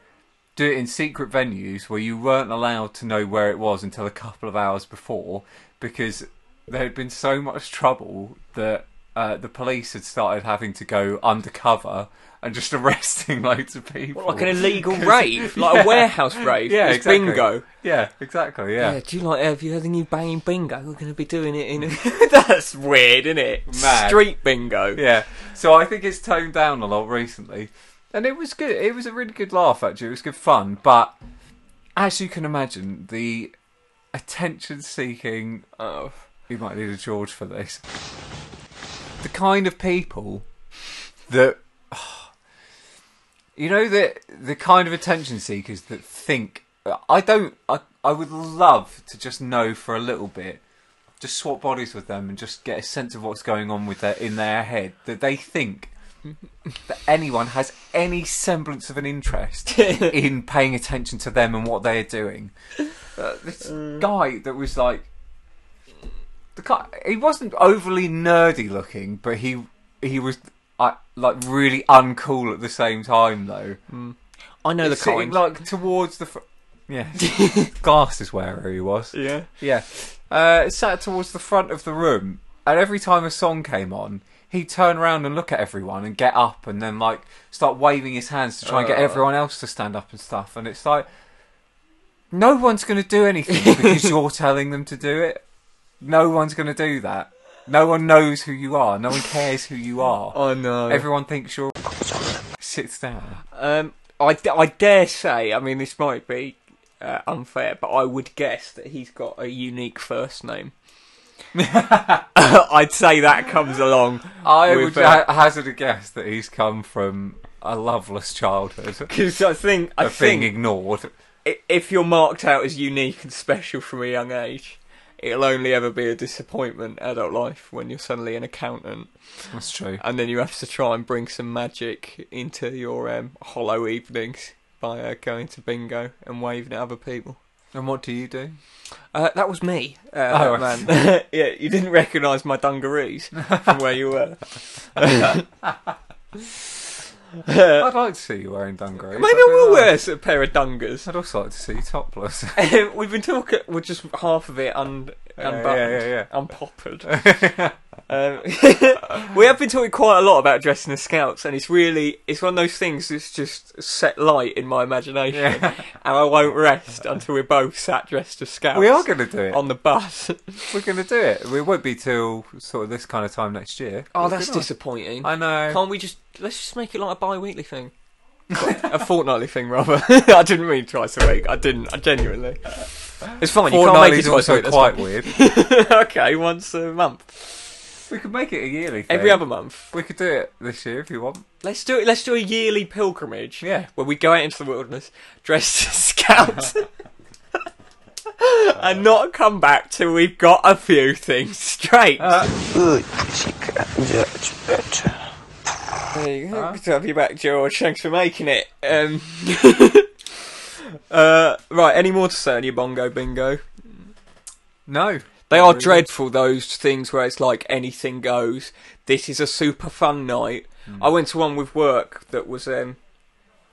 [SPEAKER 3] do it in secret venues where you weren't allowed to know where it was until a couple of hours before because there had been so much trouble that uh, the police had started having to go undercover and just arresting loads of people.
[SPEAKER 1] Like an illegal rave, like a warehouse rave.
[SPEAKER 3] yeah,
[SPEAKER 1] It's
[SPEAKER 3] exactly.
[SPEAKER 1] bingo.
[SPEAKER 3] Yeah, exactly.
[SPEAKER 1] Yeah.
[SPEAKER 3] Yeah.
[SPEAKER 1] do you like? Have you heard the new banging bingo? We're going to be doing it in. A... That's weird, isn't it?
[SPEAKER 3] Mad.
[SPEAKER 1] Street bingo.
[SPEAKER 3] yeah. So I think it's toned down a lot recently, and it was good. It was a really good laugh actually. It was good fun, but as you can imagine, the attention-seeking.
[SPEAKER 1] Oh.
[SPEAKER 3] You might need a George for this. The kind of people that. You know the the kind of attention seekers that think I don't I I would love to just know for a little bit, just swap bodies with them and just get a sense of what's going on with their in their head that they think that anyone has any semblance of an interest in paying attention to them and what they're doing. Uh, this
[SPEAKER 1] Mm.
[SPEAKER 3] guy that was like the guy, he wasn't overly nerdy looking, but he he was I, like really uncool at the same time though.
[SPEAKER 1] I know the
[SPEAKER 3] Sitting,
[SPEAKER 1] kind.
[SPEAKER 3] like towards the fr- yeah glasses wearer he was.
[SPEAKER 1] yeah.
[SPEAKER 3] Yeah, uh, sat towards the front of the room, and every time a song came on. He'd turn around and look at everyone and get up and then like start waving his hands to try and get
[SPEAKER 1] Uh.
[SPEAKER 3] everyone else to stand up and stuff. And it's like, no one's going to do anything because you're telling them to do it. No one's going to do that. No one knows who you are. No one cares who you are.
[SPEAKER 1] I know.
[SPEAKER 3] Everyone thinks you're. Sits down.
[SPEAKER 1] Um, I, d- I dare say, I mean, this might be uh, unfair, but I would guess that he's got a unique first name. I'd say that comes along.
[SPEAKER 3] I
[SPEAKER 1] with,
[SPEAKER 3] would
[SPEAKER 1] uh,
[SPEAKER 3] ha- hazard a guess that he's come from a loveless childhood,
[SPEAKER 1] Because I think I
[SPEAKER 3] of being
[SPEAKER 1] think
[SPEAKER 3] ignored.
[SPEAKER 1] i if you're marked out as unique and special from a young age, it'll only ever be a disappointment adult life when you're suddenly an accountant
[SPEAKER 3] That's true.
[SPEAKER 1] and then you have to try and bring some magic into your um, hollow evenings by uh, going to bingo and waving at other people.
[SPEAKER 3] And what do you do?
[SPEAKER 1] Uh, that was me,
[SPEAKER 3] Oh,
[SPEAKER 1] uh, man. yeah, you didn't recognise my dungarees from where you were. Uh,
[SPEAKER 3] I'd like to see you wearing dungarees.
[SPEAKER 1] Maybe I
[SPEAKER 3] I'd be
[SPEAKER 1] will
[SPEAKER 3] like-
[SPEAKER 1] wear a pair of dungers.
[SPEAKER 3] I'd also like to see you topless.
[SPEAKER 1] Um, We've been talking. We're just half of it un,
[SPEAKER 3] Yeah,
[SPEAKER 1] unbuttoned,
[SPEAKER 3] yeah, yeah.
[SPEAKER 1] unpoppered. um, we have been talking quite a lot about dressing as scouts, and it's really it's one of those things that's just set light in my imagination, and I won't rest until we're both sat dressed as scouts.
[SPEAKER 3] we are going to do it.
[SPEAKER 1] on the bus.
[SPEAKER 3] We're going to do it. We won't be till sort of this kind of time next year.
[SPEAKER 1] oh,
[SPEAKER 3] We're
[SPEAKER 1] that's
[SPEAKER 3] good on.
[SPEAKER 1] disappointing.
[SPEAKER 3] I know.
[SPEAKER 1] Can't we just let's just make it like a bi-weekly thing, a fortnightly thing rather? I didn't mean twice a week. I didn't. I genuinely. It's fine. You can't make it
[SPEAKER 3] Fortnightly's
[SPEAKER 1] twice a
[SPEAKER 3] also
[SPEAKER 1] week. that's
[SPEAKER 3] quite weird.
[SPEAKER 1] fine. okay, once a month,
[SPEAKER 3] we could make it a yearly thing.
[SPEAKER 1] every other month.
[SPEAKER 3] We could do it this year if you want.
[SPEAKER 1] Let's do it. Let's do a yearly pilgrimage.
[SPEAKER 3] Yeah.
[SPEAKER 1] where we go out into the wilderness dressed as scouts. And not come back till we've got a few things straight. There you go. Good to have you back, George. Thanks for making it. Um, uh, right, any more to say on your bongo bingo?
[SPEAKER 3] No.
[SPEAKER 1] They are
[SPEAKER 3] Really?
[SPEAKER 1] dreadful, those things where it's like anything goes. This is a super fun night. I went to one with work that was um,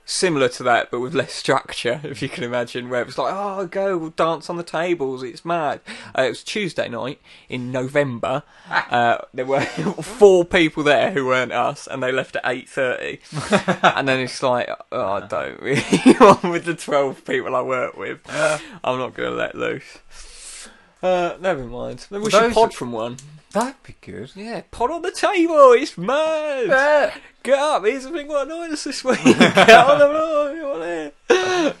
[SPEAKER 1] similar to that, but with less structure, if you can imagine, where it was like, oh, go, we'll dance on the tables, it's mad. Uh, it was Tuesday night in November. Uh, there were four people there who weren't us, and they left at 8.30. and then it's like, oh, I don't really want with the 12 people I work with. I'm not going to let loose. Uh, never mind. Maybe we should
[SPEAKER 3] Those-
[SPEAKER 1] pod from one.
[SPEAKER 3] That'd be good.
[SPEAKER 1] Yeah, pod on the table. It's mad. Get up. Here's the thing what annoyed us this week. Get on the floor. You want it?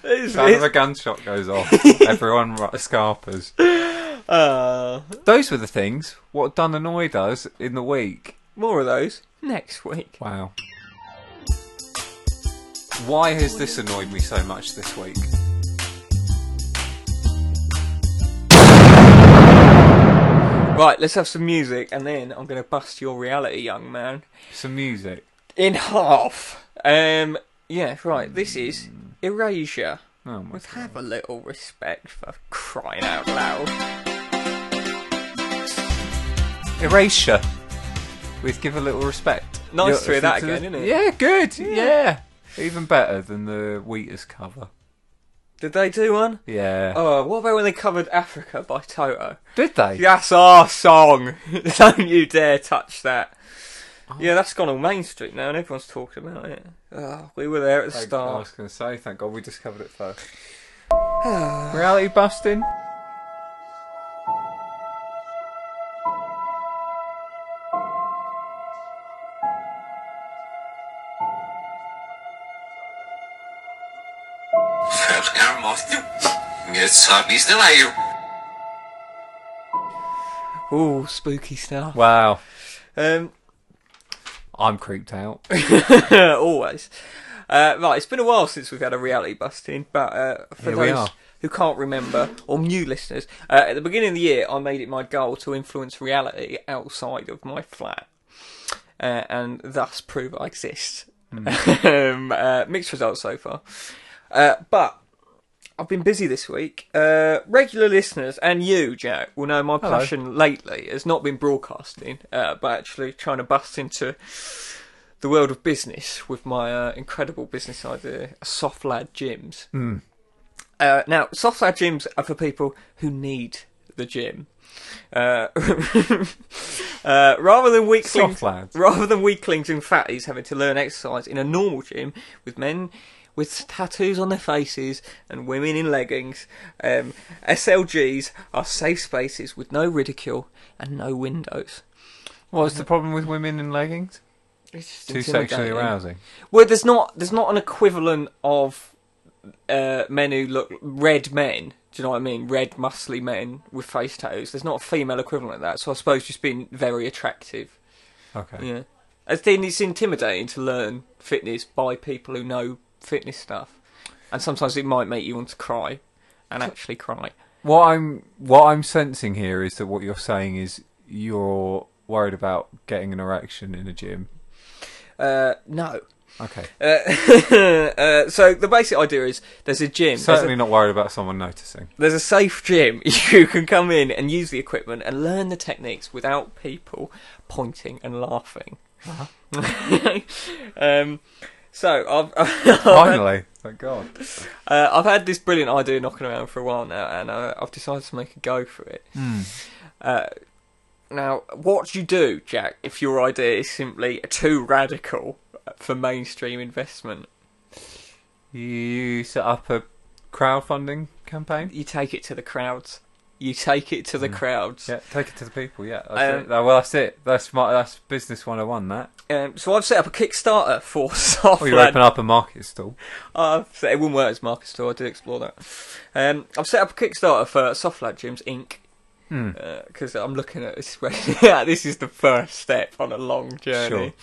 [SPEAKER 1] It's,
[SPEAKER 3] Sound of a
[SPEAKER 1] it's,
[SPEAKER 3] gunshot goes off. Everyone ru- scarpers.
[SPEAKER 1] uh,
[SPEAKER 3] Those were the things what done annoyed us in the week.
[SPEAKER 1] more of those next week.
[SPEAKER 3] Wow. Why has this annoyed me so much this week?
[SPEAKER 1] Right, let's have some music, and then I'm going to bust your reality, young man,
[SPEAKER 3] Some music.
[SPEAKER 1] in half. Um, yeah, right. This is Erasure.
[SPEAKER 3] Oh my
[SPEAKER 1] With have a little respect for crying out loud.
[SPEAKER 3] Erasure. With give a little respect.
[SPEAKER 1] Nice
[SPEAKER 3] You're
[SPEAKER 1] to hear that
[SPEAKER 3] listening
[SPEAKER 1] again,
[SPEAKER 3] the-
[SPEAKER 1] innit?
[SPEAKER 3] Yeah, good. Yeah. Even better than the Wheaters cover.
[SPEAKER 1] Did they do one?
[SPEAKER 3] Yeah.
[SPEAKER 1] Oh, what about when they covered Africa by Toto?
[SPEAKER 3] Did they?
[SPEAKER 1] That's our song. Don't you dare touch that.
[SPEAKER 3] Oh.
[SPEAKER 1] Yeah, that's gone on Main Street now, and everyone's talking about it. Oh, we were there at the
[SPEAKER 3] Thank- I was
[SPEAKER 1] start.
[SPEAKER 3] going to say, thank God we discovered it first. Reality busting.
[SPEAKER 5] Welcome off you. It's hardly still are you.
[SPEAKER 1] Ooh, spooky stuff.
[SPEAKER 3] Wow.
[SPEAKER 1] Um,
[SPEAKER 3] I'm creeped out.
[SPEAKER 1] always. Uh, right, it's been a while since we've had a reality busting, but uh, for
[SPEAKER 3] Here we
[SPEAKER 1] those
[SPEAKER 3] are.
[SPEAKER 1] who can't remember, or new listeners, uh, at the beginning of the year, I made it my goal to influence reality outside of my flat. uh, and thus prove I exist.
[SPEAKER 3] Hmm.
[SPEAKER 1] um, uh, mixed results so far. Uh, but I've been busy this week. Uh, regular listeners and you, Jack, will know my passion lately has not been broadcasting, uh, but actually trying to bust into the world of business with my uh, incredible business idea, Soft Lad Gyms. Uh, now, soft lad gyms are for people who need the gym. Uh, uh, rather than weaklings,
[SPEAKER 3] Soft lads.
[SPEAKER 1] rather than weaklings and fatties having to learn exercise in a normal gym with men with tattoos on their faces and women in leggings, um, SLGs are safe spaces with no ridicule and no windows.
[SPEAKER 3] What's the problem with women in leggings?
[SPEAKER 1] It's just
[SPEAKER 3] Too sexually
[SPEAKER 1] intimidating.
[SPEAKER 3] arousing.
[SPEAKER 1] Well, there's not there's not an equivalent of uh, men who look red men. Do you know what I mean? Red, muscly men with face tattoos. There's not a female equivalent of that. So I suppose just being very attractive.
[SPEAKER 3] Okay.
[SPEAKER 1] Yeah. As then it's intimidating to learn fitness by people who know fitness stuff, and sometimes it might make you want to cry, and actually cry.
[SPEAKER 3] What I'm what I'm sensing here is that what you're saying is you're worried about getting an erection in a gym.
[SPEAKER 1] Uh, no.
[SPEAKER 3] Okay.
[SPEAKER 1] Uh, uh, so the basic idea is there's a gym. there's a-
[SPEAKER 3] Certainly not worried about someone noticing.
[SPEAKER 1] There's a safe gym. You can come in and use the equipment and learn the techniques without people pointing and laughing. um, so I've
[SPEAKER 3] Finally. Thank God.
[SPEAKER 1] uh, I've had this brilliant idea knocking around for a while now, and uh, I've decided to make a go for it.
[SPEAKER 3] Hmm.
[SPEAKER 1] Uh, now, what you do, Jack, if your idea is simply too radical for mainstream investment,
[SPEAKER 3] You set up a crowdfunding campaign?
[SPEAKER 1] you take it to the crowds. You take it to the crowds.
[SPEAKER 3] Hmm. Yeah, take it to the people, yeah. That's
[SPEAKER 1] Um,
[SPEAKER 3] it. Well that's it. That's my that's business one oh one that.
[SPEAKER 1] Um, so I've set up a Kickstarter for Soft
[SPEAKER 3] Or you
[SPEAKER 1] Lad
[SPEAKER 3] Oh, open up a market stall.
[SPEAKER 1] I've set, it wouldn't work as market store. I did explore that. Um, I've set up a Kickstarter for Softlad Gyms Inc.
[SPEAKER 3] Hmm.
[SPEAKER 1] Because Uh, I'm looking at this. this is the first step on a long journey.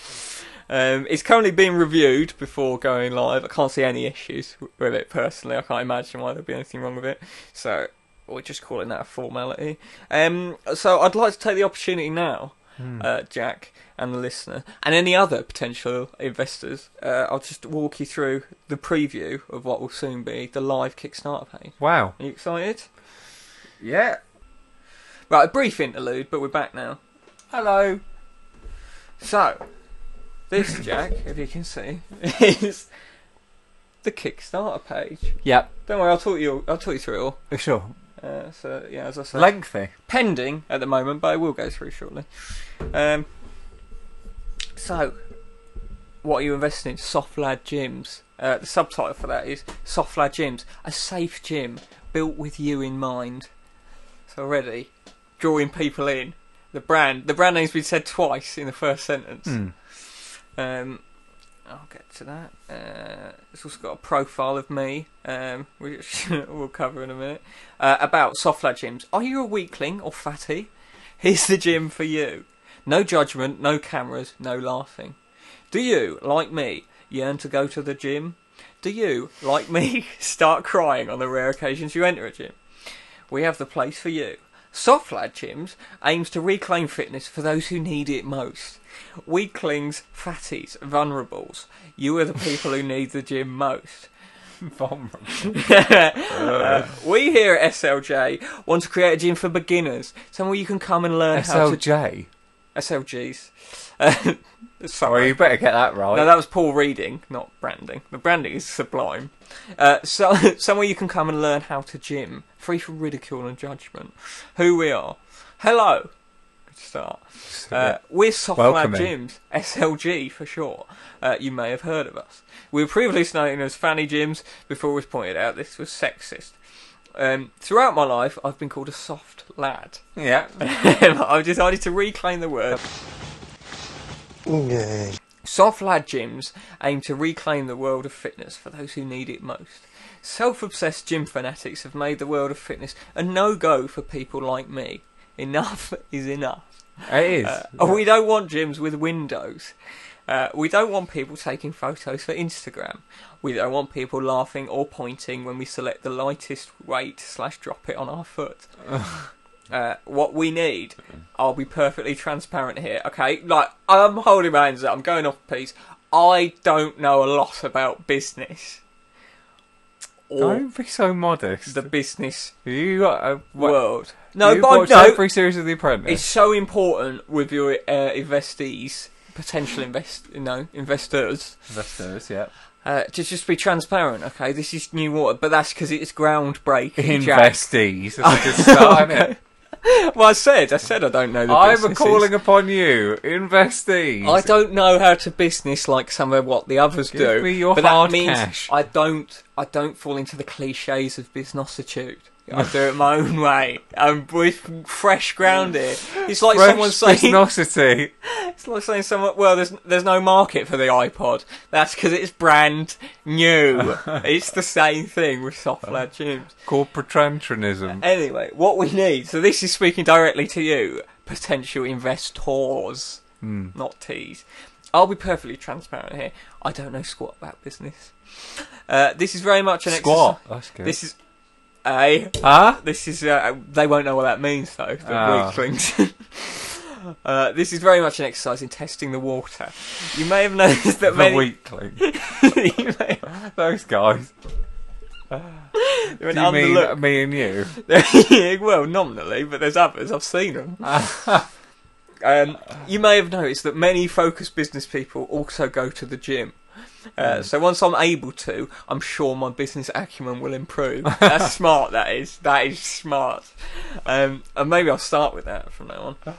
[SPEAKER 1] Um, it's currently being reviewed before going live. I can't see any issues w- with it personally. I can't imagine why there'd be anything wrong with it. So we're just calling that a formality. Um, so I'd like to take the opportunity now,
[SPEAKER 3] Hmm.
[SPEAKER 1] uh, Jack and the listener, and any other potential investors. Uh, I'll just walk you through the preview of what will soon be the live Kickstarter page.
[SPEAKER 3] Wow.
[SPEAKER 1] Are you excited?
[SPEAKER 3] Yeah.
[SPEAKER 1] Right, a brief interlude, but we're back now.
[SPEAKER 3] Hello.
[SPEAKER 1] So, this Jack, if you can see, is the Kickstarter page.
[SPEAKER 3] Yep.
[SPEAKER 1] Don't worry, I'll talk you. I'll talk you through it all.
[SPEAKER 3] Sure.
[SPEAKER 1] Uh, so yeah, as I said,
[SPEAKER 3] Lengthy.
[SPEAKER 1] pending at the moment, but it will go through shortly. Um, so, what are you investing in? Soft lad gyms. Uh, the subtitle for that is Soft Lad Gyms, a safe gym built with you in mind. So already drawing people in. The brand, the brand name's been said twice in the first sentence.
[SPEAKER 3] Hmm.
[SPEAKER 1] Um, I'll get to that. Uh, it's also got a profile of me, um, which we'll cover in a minute. Uh, about soft lad gyms. Are you a weakling or fatty? Here's the gym for you. No judgment, no cameras, no laughing. Do you, like me, yearn to go to the gym? Do you, like me, start crying on the rare occasions you enter a gym? We have the place for you. Soft Lad Gyms aims to reclaim fitness for those who need it most. Weaklings, fatties, vulnerables. You are the people who need the gym most.
[SPEAKER 3] Vulnerable.
[SPEAKER 1] Uh, we here at SLJ want to create a gym for beginners, somewhere you can come and learn how to.
[SPEAKER 3] SLJ.
[SPEAKER 1] SLGs. Uh,
[SPEAKER 3] Well,
[SPEAKER 1] sorry.
[SPEAKER 3] you better get that right.
[SPEAKER 1] No, that was Paul reading, not branding. The branding is sublime. Uh, so, somewhere you can come and learn how to gym, free from ridicule and judgment. Who we are. Hello. Good start. Uh, we're Soft Lab
[SPEAKER 3] Welcoming.
[SPEAKER 1] Gyms, SLG for short. Uh, you may have heard of us. We were previously known as Fanny Gyms before it was pointed out this was sexist. Um, throughout my life, I've been called a soft lad.
[SPEAKER 3] yeah.
[SPEAKER 1] I've decided to reclaim the word. Soft lad gyms aim to reclaim the world of fitness for those who need it most. Self obsessed gym fanatics have made the world of fitness a no go for people like me. Enough is enough.
[SPEAKER 3] It is.
[SPEAKER 1] Uh, oh, We don't want gyms with windows. Uh, we don't want people taking photos for Instagram. We don't want people laughing or pointing when we select the lightest weight slash drop it on our foot. Uh, what we need, I'll be perfectly transparent here, okay? Like, I'm holding my hands up, I'm going off piece. I don't know a lot about business. Or
[SPEAKER 3] Don't be so modest.
[SPEAKER 1] the business
[SPEAKER 3] you got a, what,
[SPEAKER 1] world. No,
[SPEAKER 3] you
[SPEAKER 1] but
[SPEAKER 3] watched
[SPEAKER 1] I know,
[SPEAKER 3] every series of The Apprentice.
[SPEAKER 1] it's so important with your uh, investees, potential invest, you know, investors,
[SPEAKER 3] Investors, yeah.
[SPEAKER 1] uh, to just be transparent. Okay, this is new water, but that's because it's groundbreaking. Jack.
[SPEAKER 3] Investees. That's a good start, isn't it?
[SPEAKER 1] Well, I said, I said I don't know. The
[SPEAKER 3] I'm
[SPEAKER 1] businesses.
[SPEAKER 3] calling upon you. Investees.
[SPEAKER 1] I don't know how to business like some of what the others
[SPEAKER 3] Give
[SPEAKER 1] do.
[SPEAKER 3] me your
[SPEAKER 1] but
[SPEAKER 3] hard
[SPEAKER 1] that means
[SPEAKER 3] cash.
[SPEAKER 1] I don't. I don't fall into the cliches of businessitude. I do it my own way. I'm with fresh ground here. It's like
[SPEAKER 3] Fresh
[SPEAKER 1] someone saying.
[SPEAKER 3] businessity.
[SPEAKER 1] It's like saying someone, well, there's there's no market for the iPod. That's because it's brand new. it's the same thing with soft lad tunes. Uh,
[SPEAKER 3] Corporatantronism.
[SPEAKER 1] Anyway, what we need. So this is speaking directly to you, potential investors,
[SPEAKER 3] Hmm.
[SPEAKER 1] not teas. I'll be perfectly transparent here. I don't know squat about business. Uh, this is very much an
[SPEAKER 3] Squat.
[SPEAKER 1] exercise-
[SPEAKER 3] That's good.
[SPEAKER 1] This is a
[SPEAKER 3] Huh?
[SPEAKER 1] this is uh, they won't know what that means though. The
[SPEAKER 3] Ah.
[SPEAKER 1] weaklings. Uh, this is very much an exercise in testing the water. You may have noticed that
[SPEAKER 3] The
[SPEAKER 1] many.
[SPEAKER 3] weakling.
[SPEAKER 1] you may
[SPEAKER 3] Those guys.
[SPEAKER 1] they're an
[SPEAKER 3] Do you mean
[SPEAKER 1] underlook.
[SPEAKER 3] me and you?
[SPEAKER 1] Yeah, well, nominally, but there's others. I've seen them. um, you may have noticed that many focused business people also go to the gym.
[SPEAKER 3] Mm.
[SPEAKER 1] Uh, so once I'm able to, I'm sure my business acumen will improve. That's smart. That is. That is smart. Um, and maybe I'll start with that from now on.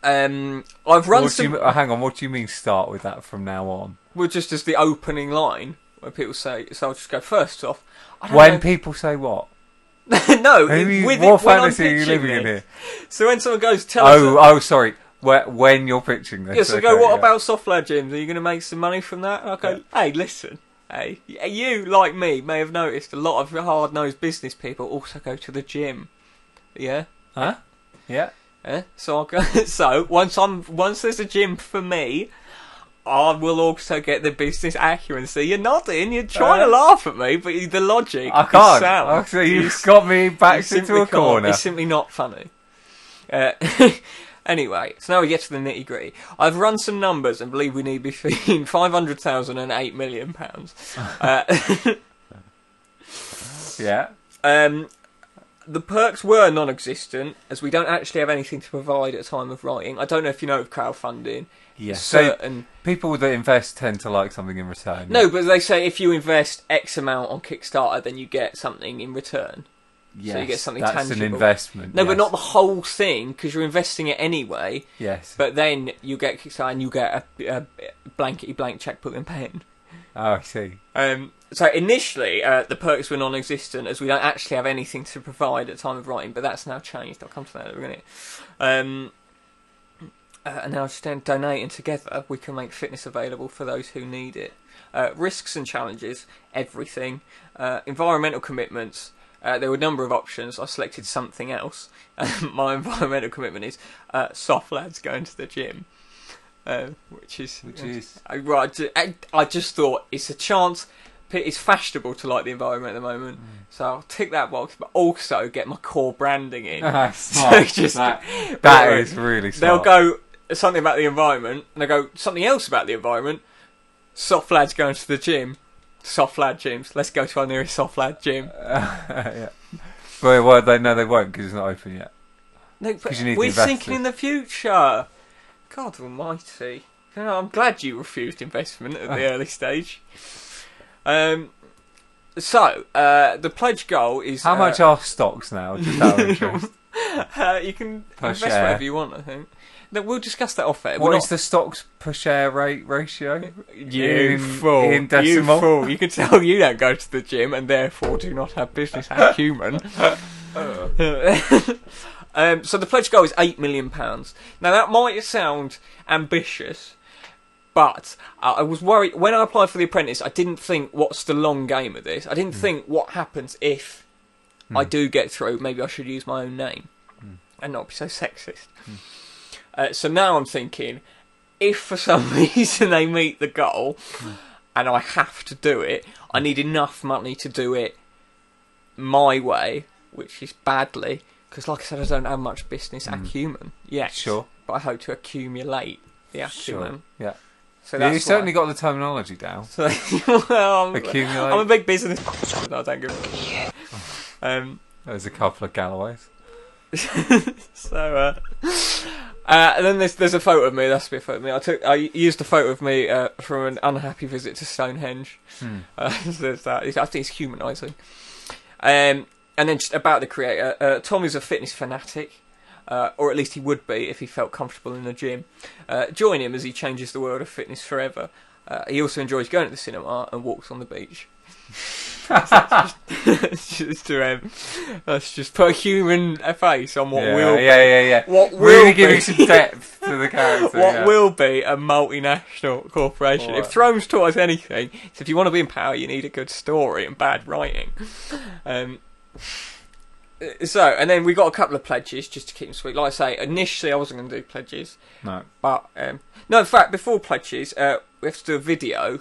[SPEAKER 1] Um, I've run
[SPEAKER 3] What do
[SPEAKER 1] some.
[SPEAKER 3] you, uh, hang on, what do you mean start with that from now on?
[SPEAKER 1] well, just as the opening line where people say. So I'll just go first off. I don't
[SPEAKER 3] When
[SPEAKER 1] know-
[SPEAKER 3] people say what?
[SPEAKER 1] no,
[SPEAKER 3] Maybe
[SPEAKER 1] with
[SPEAKER 3] what
[SPEAKER 1] it, when I'm
[SPEAKER 3] fantasy are you
[SPEAKER 1] pitching
[SPEAKER 3] living in
[SPEAKER 1] this.
[SPEAKER 3] here?
[SPEAKER 1] So when someone goes, tell us.
[SPEAKER 3] Oh, oh, sorry. Wh- When you're pitching this.
[SPEAKER 1] Yeah, so
[SPEAKER 3] okay,
[SPEAKER 1] go, what
[SPEAKER 3] yeah.
[SPEAKER 1] about soft lad gyms? Are you going to make some money from that? And I go, hey, listen. Hey, y- you, like me, may have noticed a lot of hard nosed business people also go to the gym. Yeah?
[SPEAKER 3] Huh? Yeah.
[SPEAKER 1] Eh? So I'll go, so once I'm once there's a gym for me, I will also get the business acumen. So you're nodding, you're trying to
[SPEAKER 3] Uh,
[SPEAKER 1] laugh at me, but you- the logic
[SPEAKER 3] I
[SPEAKER 1] is
[SPEAKER 3] can't.
[SPEAKER 1] sound.
[SPEAKER 3] Oh, so you've
[SPEAKER 1] You s-
[SPEAKER 3] got me
[SPEAKER 1] you
[SPEAKER 3] backed into
[SPEAKER 1] simply
[SPEAKER 3] a
[SPEAKER 1] can't.
[SPEAKER 3] corner.
[SPEAKER 1] It's simply not funny. Uh, anyway, so now we get to the nitty gritty. I've run some numbers and believe we need between 500,000 and 8 million pounds. Uh,
[SPEAKER 3] Yeah.
[SPEAKER 1] um, the perks were non-existent as we don't actually have anything to provide at time of writing. I don't know if you know of crowdfunding.
[SPEAKER 3] Yeah. So
[SPEAKER 1] Certain.
[SPEAKER 3] people that invest tend to like something in return.
[SPEAKER 1] No, but they say if you invest X amount on Kickstarter, then you get something in return.
[SPEAKER 3] yes,
[SPEAKER 1] you get something
[SPEAKER 3] that's an
[SPEAKER 1] tangible.
[SPEAKER 3] investment.
[SPEAKER 1] No,
[SPEAKER 3] yes.
[SPEAKER 1] but not the whole thing because you're investing it anyway.
[SPEAKER 3] Yes.
[SPEAKER 1] But then you get Kickstarter and you get a, a blankety blank checkbook and pen.
[SPEAKER 3] oh, I see.
[SPEAKER 1] Um, so initially, uh, the perks were non-existent as we don't actually have anything to provide at time of writing, but that's now changed. I'll come to that in a minute. Um, uh, and now just then donating together, we can make fitness available for those who need it. Uh, risks and challenges, everything. Uh, environmental commitments. Uh, there were a number of options. I selected something else. Um, My environmental commitment is uh, soft lads going to the gym, uh, which is
[SPEAKER 3] Which is
[SPEAKER 1] I, well, I, ju- I, I just thought it's a chance. p- It's fashionable to like the environment at the moment,
[SPEAKER 3] Mm.
[SPEAKER 1] so I'll tick that box, but also get my core branding in.
[SPEAKER 3] Ah,
[SPEAKER 1] so
[SPEAKER 3] smart.
[SPEAKER 1] just
[SPEAKER 3] That- that
[SPEAKER 1] Right.
[SPEAKER 3] is really
[SPEAKER 1] they'll
[SPEAKER 3] smart.
[SPEAKER 1] go something about the environment, and they'll go something else about the environment. Soft lads going to the gym. Soft lad gyms. Let's go to our nearest soft lad gym.
[SPEAKER 3] Uh, yeah. But well, they no, they won't because it's not open yet.
[SPEAKER 1] No, but
[SPEAKER 3] 'Cause you need to
[SPEAKER 1] we're
[SPEAKER 3] invest
[SPEAKER 1] thinking
[SPEAKER 3] it.
[SPEAKER 1] in the future. God Almighty! You know, I'm glad you refused investment at
[SPEAKER 3] Uh.
[SPEAKER 1] the early stage. Um, so uh, the pledge goal is
[SPEAKER 3] How
[SPEAKER 1] uh,
[SPEAKER 3] much are stocks now? Just out of interest.
[SPEAKER 1] uh, you can
[SPEAKER 3] per
[SPEAKER 1] invest
[SPEAKER 3] share?
[SPEAKER 1] whatever you want. I think. No, we'll discuss that off air.
[SPEAKER 3] What
[SPEAKER 1] We're
[SPEAKER 3] is the stocks per share rate ratio?
[SPEAKER 1] not-
[SPEAKER 3] in- in decimal?
[SPEAKER 1] You fool! You can tell you don't go to the gym and therefore do not have business and human.
[SPEAKER 3] Uh.
[SPEAKER 1] um, so the pledge goal is eight million pounds. Now that might sound ambitious, but uh, I was worried when I applied for the apprentice. I didn't think what's the long game of this. I didn't
[SPEAKER 3] Hmm.
[SPEAKER 1] think what happens if I do get through. Maybe I should use my own name and not be so sexist. Uh, so now I'm thinking, if for some reason they meet the goal and I have to do it, I need enough money to do it my way, which is badly, because like I said, I don't have much business acumen yet.
[SPEAKER 3] Mm. Sure.
[SPEAKER 1] But I hope to accumulate the acumen.
[SPEAKER 3] Yeah.
[SPEAKER 1] So
[SPEAKER 3] yeah
[SPEAKER 1] that's
[SPEAKER 3] you certainly
[SPEAKER 1] why.
[SPEAKER 3] got the terminology down.
[SPEAKER 1] So, well, I'm,
[SPEAKER 3] Accumulate. Oh.
[SPEAKER 1] I'm a big business. No, thank you. Um,
[SPEAKER 3] There's a couple of Galloways.
[SPEAKER 1] so, uh, uh, and then there's there's a photo of me. That's a bit of photo of me. I took I used a photo of me uh, from an unhappy visit to Stonehenge.
[SPEAKER 3] Hmm.
[SPEAKER 1] Uh, so there's that. It's- I think it's humanising. Um, and then just about the creator, uh, Tom is a fitness fanatic. Uh, or at least he would be if he felt comfortable in the gym. Uh, join him as he changes the world of fitness forever. Uh, he also enjoys going to the cinema and walks on the beach. that's just, that's just to, um, that's just put a human face on what
[SPEAKER 3] yeah,
[SPEAKER 1] will
[SPEAKER 3] yeah, yeah, yeah.
[SPEAKER 1] what
[SPEAKER 3] really
[SPEAKER 1] will
[SPEAKER 3] giving
[SPEAKER 1] be-
[SPEAKER 3] some depth to the character.
[SPEAKER 1] what
[SPEAKER 3] yeah.
[SPEAKER 1] will be a multinational corporation.
[SPEAKER 3] Alright.
[SPEAKER 1] If Thrones taught us anything, it's if you want to be in power, you need a good story and bad writing. Um, uh, so, and then we got a couple of pledges just to keep them sweet. Like I say, initially I wasn't going to do pledges,
[SPEAKER 3] No.
[SPEAKER 1] but um, no. In fact, before pledges, uh, we have to do a video.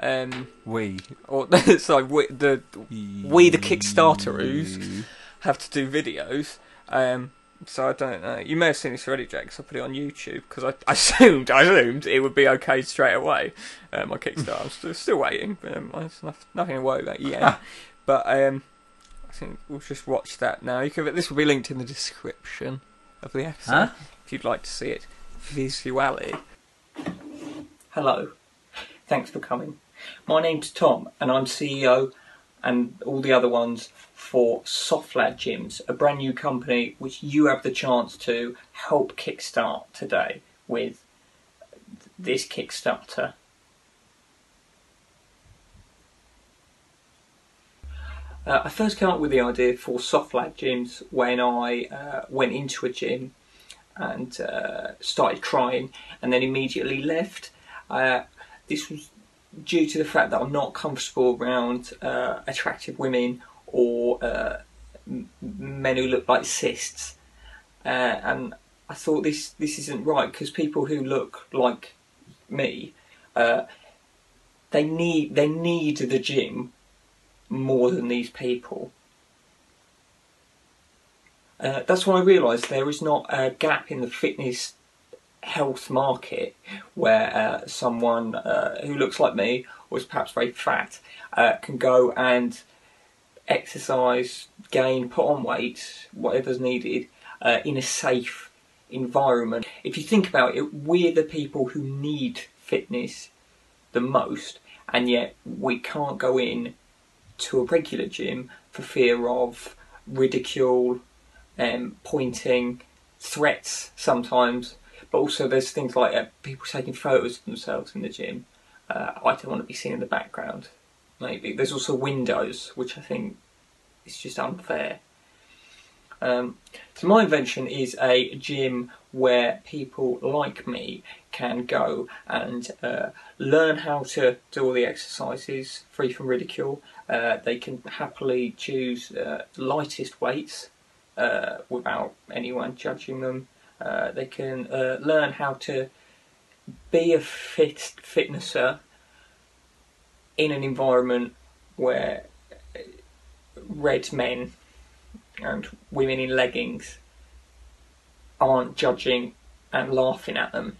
[SPEAKER 1] Um,
[SPEAKER 3] We.
[SPEAKER 1] or so we, the we the Kickstarteroos have to do videos. Um, so I don't know. You may have seen this already, Jack, 'cause I put it on YouTube because I, I assumed I assumed it would be okay straight away. Uh, my Kickstarter, I'm still, still waiting. but, Um, there's noth- nothing to worry about yet. but um, I think we'll just watch that now. You can. This will be linked in the description of the episode
[SPEAKER 3] Huh?
[SPEAKER 1] if you'd like to see it visually. Hello. Thanks for coming. My name's Tom, and I'm E CEO and all the other ones for Softlad Gyms, a brand new company which you have the chance to help kickstart today with this Kickstarter. Uh, I first came up with the idea for Softlad Gyms when I uh, went into a gym and uh, started crying, and then immediately left. Uh, this was due to the fact that I'm not comfortable around uh, attractive women or uh, m- men who look like cysts, uh, and I thought this this isn't right because people who look like me, uh, they need they need the gym more than these people. Uh, that's when I realised there is not a gap in the fitness health market where uh, someone uh, who looks like me or is perhaps very fat uh, can go and exercise, gain, put on weight, whatever's needed, uh, in a safe environment. If you think about it, we're the people who need fitness the most, and yet we can't go in to a regular gym for fear of ridicule, um, pointing, threats sometimes. But also, there's things like uh, people taking photos of themselves in the gym. Uh, I don't want to be seen in the background. Maybe there's also windows, which I think is just unfair. Um, so my invention is a gym where people like me can go and uh, learn how to do all the exercises free from ridicule. Uh, they can happily choose uh, lightest weights uh, without anyone judging them. Uh, they can uh, learn how to be a fit fitnesser in an environment where uh, red men and women in leggings aren't judging and laughing at them.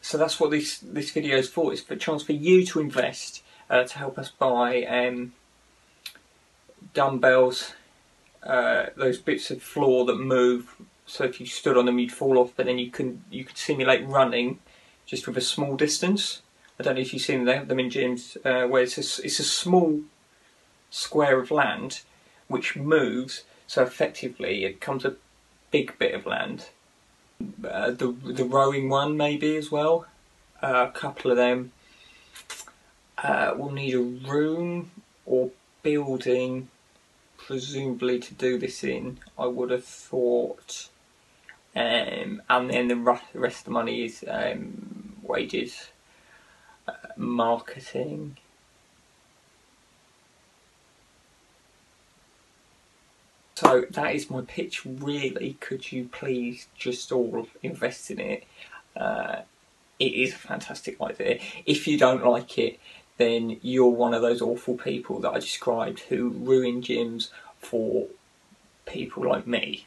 [SPEAKER 1] So that's what this this video is for. It's a chance for you to invest uh, to help us buy um, dumbbells, uh, those bits of floor that move. So if you stood on them, you'd fall off, but then you can you could simulate running just with a small distance. I don't know if you've seen them, them in gyms uh, where it's a, s- it's a small square of land which moves, so effectively it becomes a big bit of land. Uh, the the rowing one maybe as well. Uh, a couple of them. Uh, we'll need a room or building, presumably to do this in. I would have thought, um, and then the ru- the rest of the money is um, wages, uh, marketing. So that is my pitch, really. Could you please just all invest in it? Uh, it is a fantastic idea. If you don't like it, then you're one of those awful people that I described who ruin gyms for people like me.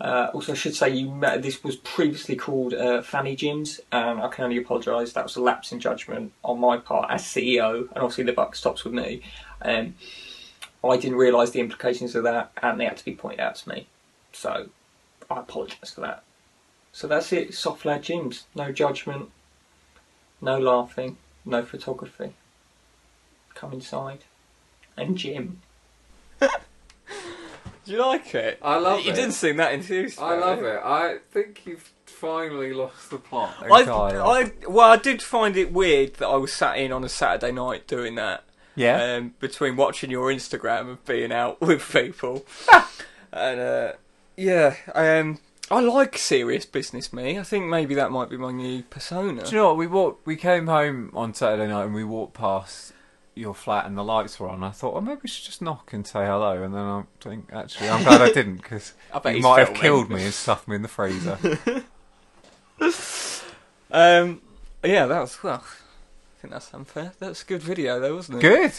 [SPEAKER 1] Uh, also, I should say you ma- this was previously called uh, Fanny Gyms, and I can only apologise. That was a lapse in judgment on my part as CEO, and obviously the buck stops with me. Um, I didn't realise the implications of that, and they had to be pointed out to me. So I apologise for that. So that's it. Soft lad gyms. No judgment. No laughing. No photography. Come inside and gym. Do you like it?
[SPEAKER 3] I love
[SPEAKER 1] you
[SPEAKER 3] it.
[SPEAKER 1] didn't sing that enthused.
[SPEAKER 3] I
[SPEAKER 1] about
[SPEAKER 3] love it. I think you've finally lost the plot.
[SPEAKER 1] I,
[SPEAKER 3] entirely.
[SPEAKER 1] I well, I did find it weird that I was sat in on a Saturday night doing that.
[SPEAKER 3] yeah.
[SPEAKER 1] um, between watching your Instagram and being out with people. and uh, yeah, um, I like serious business me. I think maybe that might be my new persona.
[SPEAKER 3] Uh, Do you know what? We walked. We came home on Saturday night and we walked past your flat and the lights were on. I thought, well, maybe we should just knock and say hello. And then I think, actually, I'm glad I didn't because
[SPEAKER 1] I bet
[SPEAKER 3] you
[SPEAKER 1] he's
[SPEAKER 3] might have
[SPEAKER 1] filming.
[SPEAKER 3] killed me and stuffed me in the freezer.
[SPEAKER 1] Um, yeah, that was well. I think that's unfair. That's a good video though, wasn't it?
[SPEAKER 3] Good.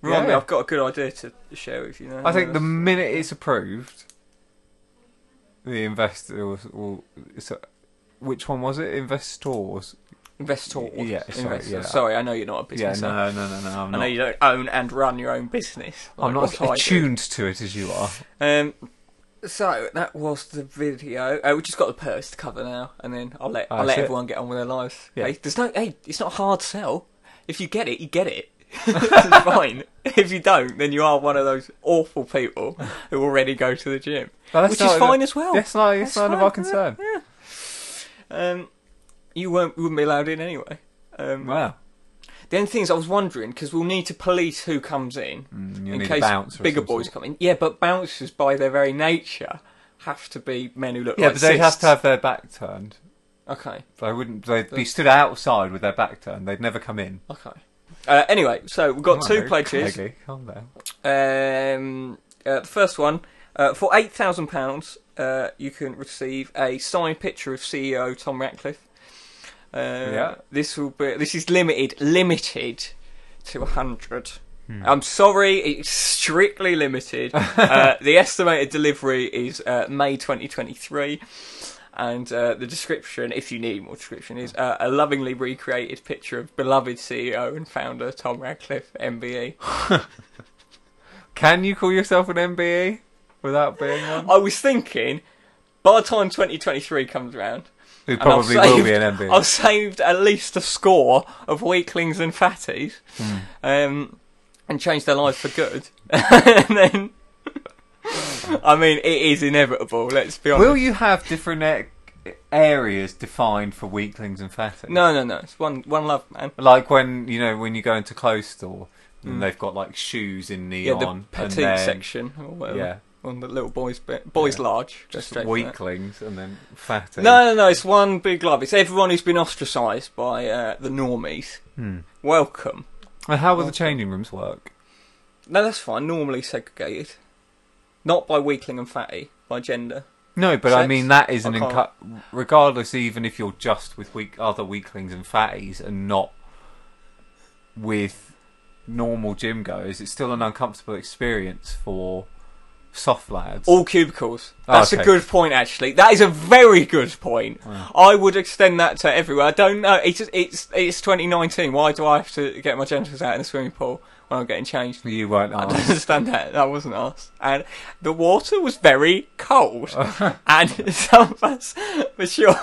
[SPEAKER 1] Remind me,
[SPEAKER 3] Yeah.
[SPEAKER 1] I've got a good idea to share with you now.
[SPEAKER 3] I think the minute it's approved, the investor will. will so, which one was it? Investors.
[SPEAKER 1] investor.
[SPEAKER 3] Yeah, sorry,
[SPEAKER 1] investor.
[SPEAKER 3] yeah.
[SPEAKER 1] Sorry, I know you're not a business. owner.
[SPEAKER 3] no, no, no. I'm
[SPEAKER 1] I know you don't own and run your own business.
[SPEAKER 3] I'm
[SPEAKER 1] like
[SPEAKER 3] not
[SPEAKER 1] what I
[SPEAKER 3] as
[SPEAKER 1] do.
[SPEAKER 3] attuned to it as you are.
[SPEAKER 1] Um, so that was the video. Uh, we just got the purse to cover now, and then I'll let I'll
[SPEAKER 3] Ah, That's
[SPEAKER 1] let
[SPEAKER 3] it.
[SPEAKER 1] everyone get on with their lives.
[SPEAKER 3] Yeah.
[SPEAKER 1] Hey, there's no hey, it's not a hard sell. If you get it, you get it. it's fine. If you don't, then you are one of those awful people who already go to the gym,
[SPEAKER 3] But that's
[SPEAKER 1] which
[SPEAKER 3] not
[SPEAKER 1] is
[SPEAKER 3] of-
[SPEAKER 1] fine as well.
[SPEAKER 3] That's not,
[SPEAKER 1] That's
[SPEAKER 3] it's none of
[SPEAKER 1] fine,
[SPEAKER 3] our concern.
[SPEAKER 1] Yeah. Um, you won't wouldn't be allowed in anyway. Um,
[SPEAKER 3] Wow.
[SPEAKER 1] the only thing is, I was wondering because we'll need to police who comes in
[SPEAKER 3] mm, you'll
[SPEAKER 1] in
[SPEAKER 3] need a
[SPEAKER 1] case
[SPEAKER 3] bouncer or
[SPEAKER 1] bigger
[SPEAKER 3] some
[SPEAKER 1] boys
[SPEAKER 3] sort.
[SPEAKER 1] come in. Yeah, but bouncers, by their very nature, have to be men who look
[SPEAKER 3] Yeah,
[SPEAKER 1] like
[SPEAKER 3] but they'd have to
[SPEAKER 1] cysts.
[SPEAKER 3] have their back turned.
[SPEAKER 1] Okay,
[SPEAKER 3] They wouldn't. They'd be stood outside with their back turned. They'd never come in.
[SPEAKER 1] okay. Uh, anyway, so we've got
[SPEAKER 3] Hello,
[SPEAKER 1] two pledges.
[SPEAKER 3] Peggy, Calm down.
[SPEAKER 1] Um, uh, the first one uh, for eight thousand pounds, uh, you can receive a signed picture of CEO Tom Ratcliffe. Uh,
[SPEAKER 3] Yeah.
[SPEAKER 1] This will be. This is limited, limited to hundred. I'm sorry, it's strictly limited. uh, the estimated delivery is uh, May 2023. And uh, the description, if you need more description, is uh, a lovingly recreated E picture of beloved CEO and founder Tom Radcliffe, MBE.
[SPEAKER 3] Can you call yourself an MBE without being one?
[SPEAKER 1] I was thinking, by the time 2023 comes around,
[SPEAKER 3] It
[SPEAKER 1] and I've
[SPEAKER 3] probably will be
[SPEAKER 1] saved-
[SPEAKER 3] an E. MBE.
[SPEAKER 1] I've saved at least a score of weaklings and fatties,
[SPEAKER 3] Hmm.
[SPEAKER 1] um, and changed their lives for good. and then, I mean, it is inevitable. Let's be honest.
[SPEAKER 3] Will you have different a- areas defined for weaklings and fatties?
[SPEAKER 1] No, no, no. It's one, one love, man.
[SPEAKER 3] Like when you know when you go into clothes store and they've got like shoes in
[SPEAKER 1] Mm. Yeah,
[SPEAKER 3] neon.
[SPEAKER 1] the
[SPEAKER 3] and
[SPEAKER 1] petite
[SPEAKER 3] then
[SPEAKER 1] section or whatever.
[SPEAKER 3] Yeah.
[SPEAKER 1] On the little boys bit, boys large. Just
[SPEAKER 3] Just
[SPEAKER 1] straight from that.
[SPEAKER 3] weaklings and then fatties.
[SPEAKER 1] No, no, no. It's one big love. It's everyone who's been ostracised by uh, the normies.
[SPEAKER 3] Hmm.
[SPEAKER 1] Welcome.
[SPEAKER 3] And how will the changing rooms work?
[SPEAKER 1] No, that's fine. Normally segregated, not by weakling and fatty, by gender.
[SPEAKER 3] No, but I
[SPEAKER 1] Sex?
[SPEAKER 3] mean that is an
[SPEAKER 1] I
[SPEAKER 3] incu- regardless. Even if you're just with weak other weaklings and fatties and not with normal gym goers, it's still an uncomfortable experience for soft lads.
[SPEAKER 1] All cubicles.
[SPEAKER 3] Oh,
[SPEAKER 1] That's
[SPEAKER 3] okay.
[SPEAKER 1] a good point, actually. That is a very good point. I would extend that to everywhere. I don't know. It's it's it's 2019. Why do I have to get my genitals out in the swimming pool when I'm getting changed?
[SPEAKER 3] you won't
[SPEAKER 1] I don't
[SPEAKER 3] ask.
[SPEAKER 1] understand that. That wasn't us. And the water was very cold. and some of us, for sure.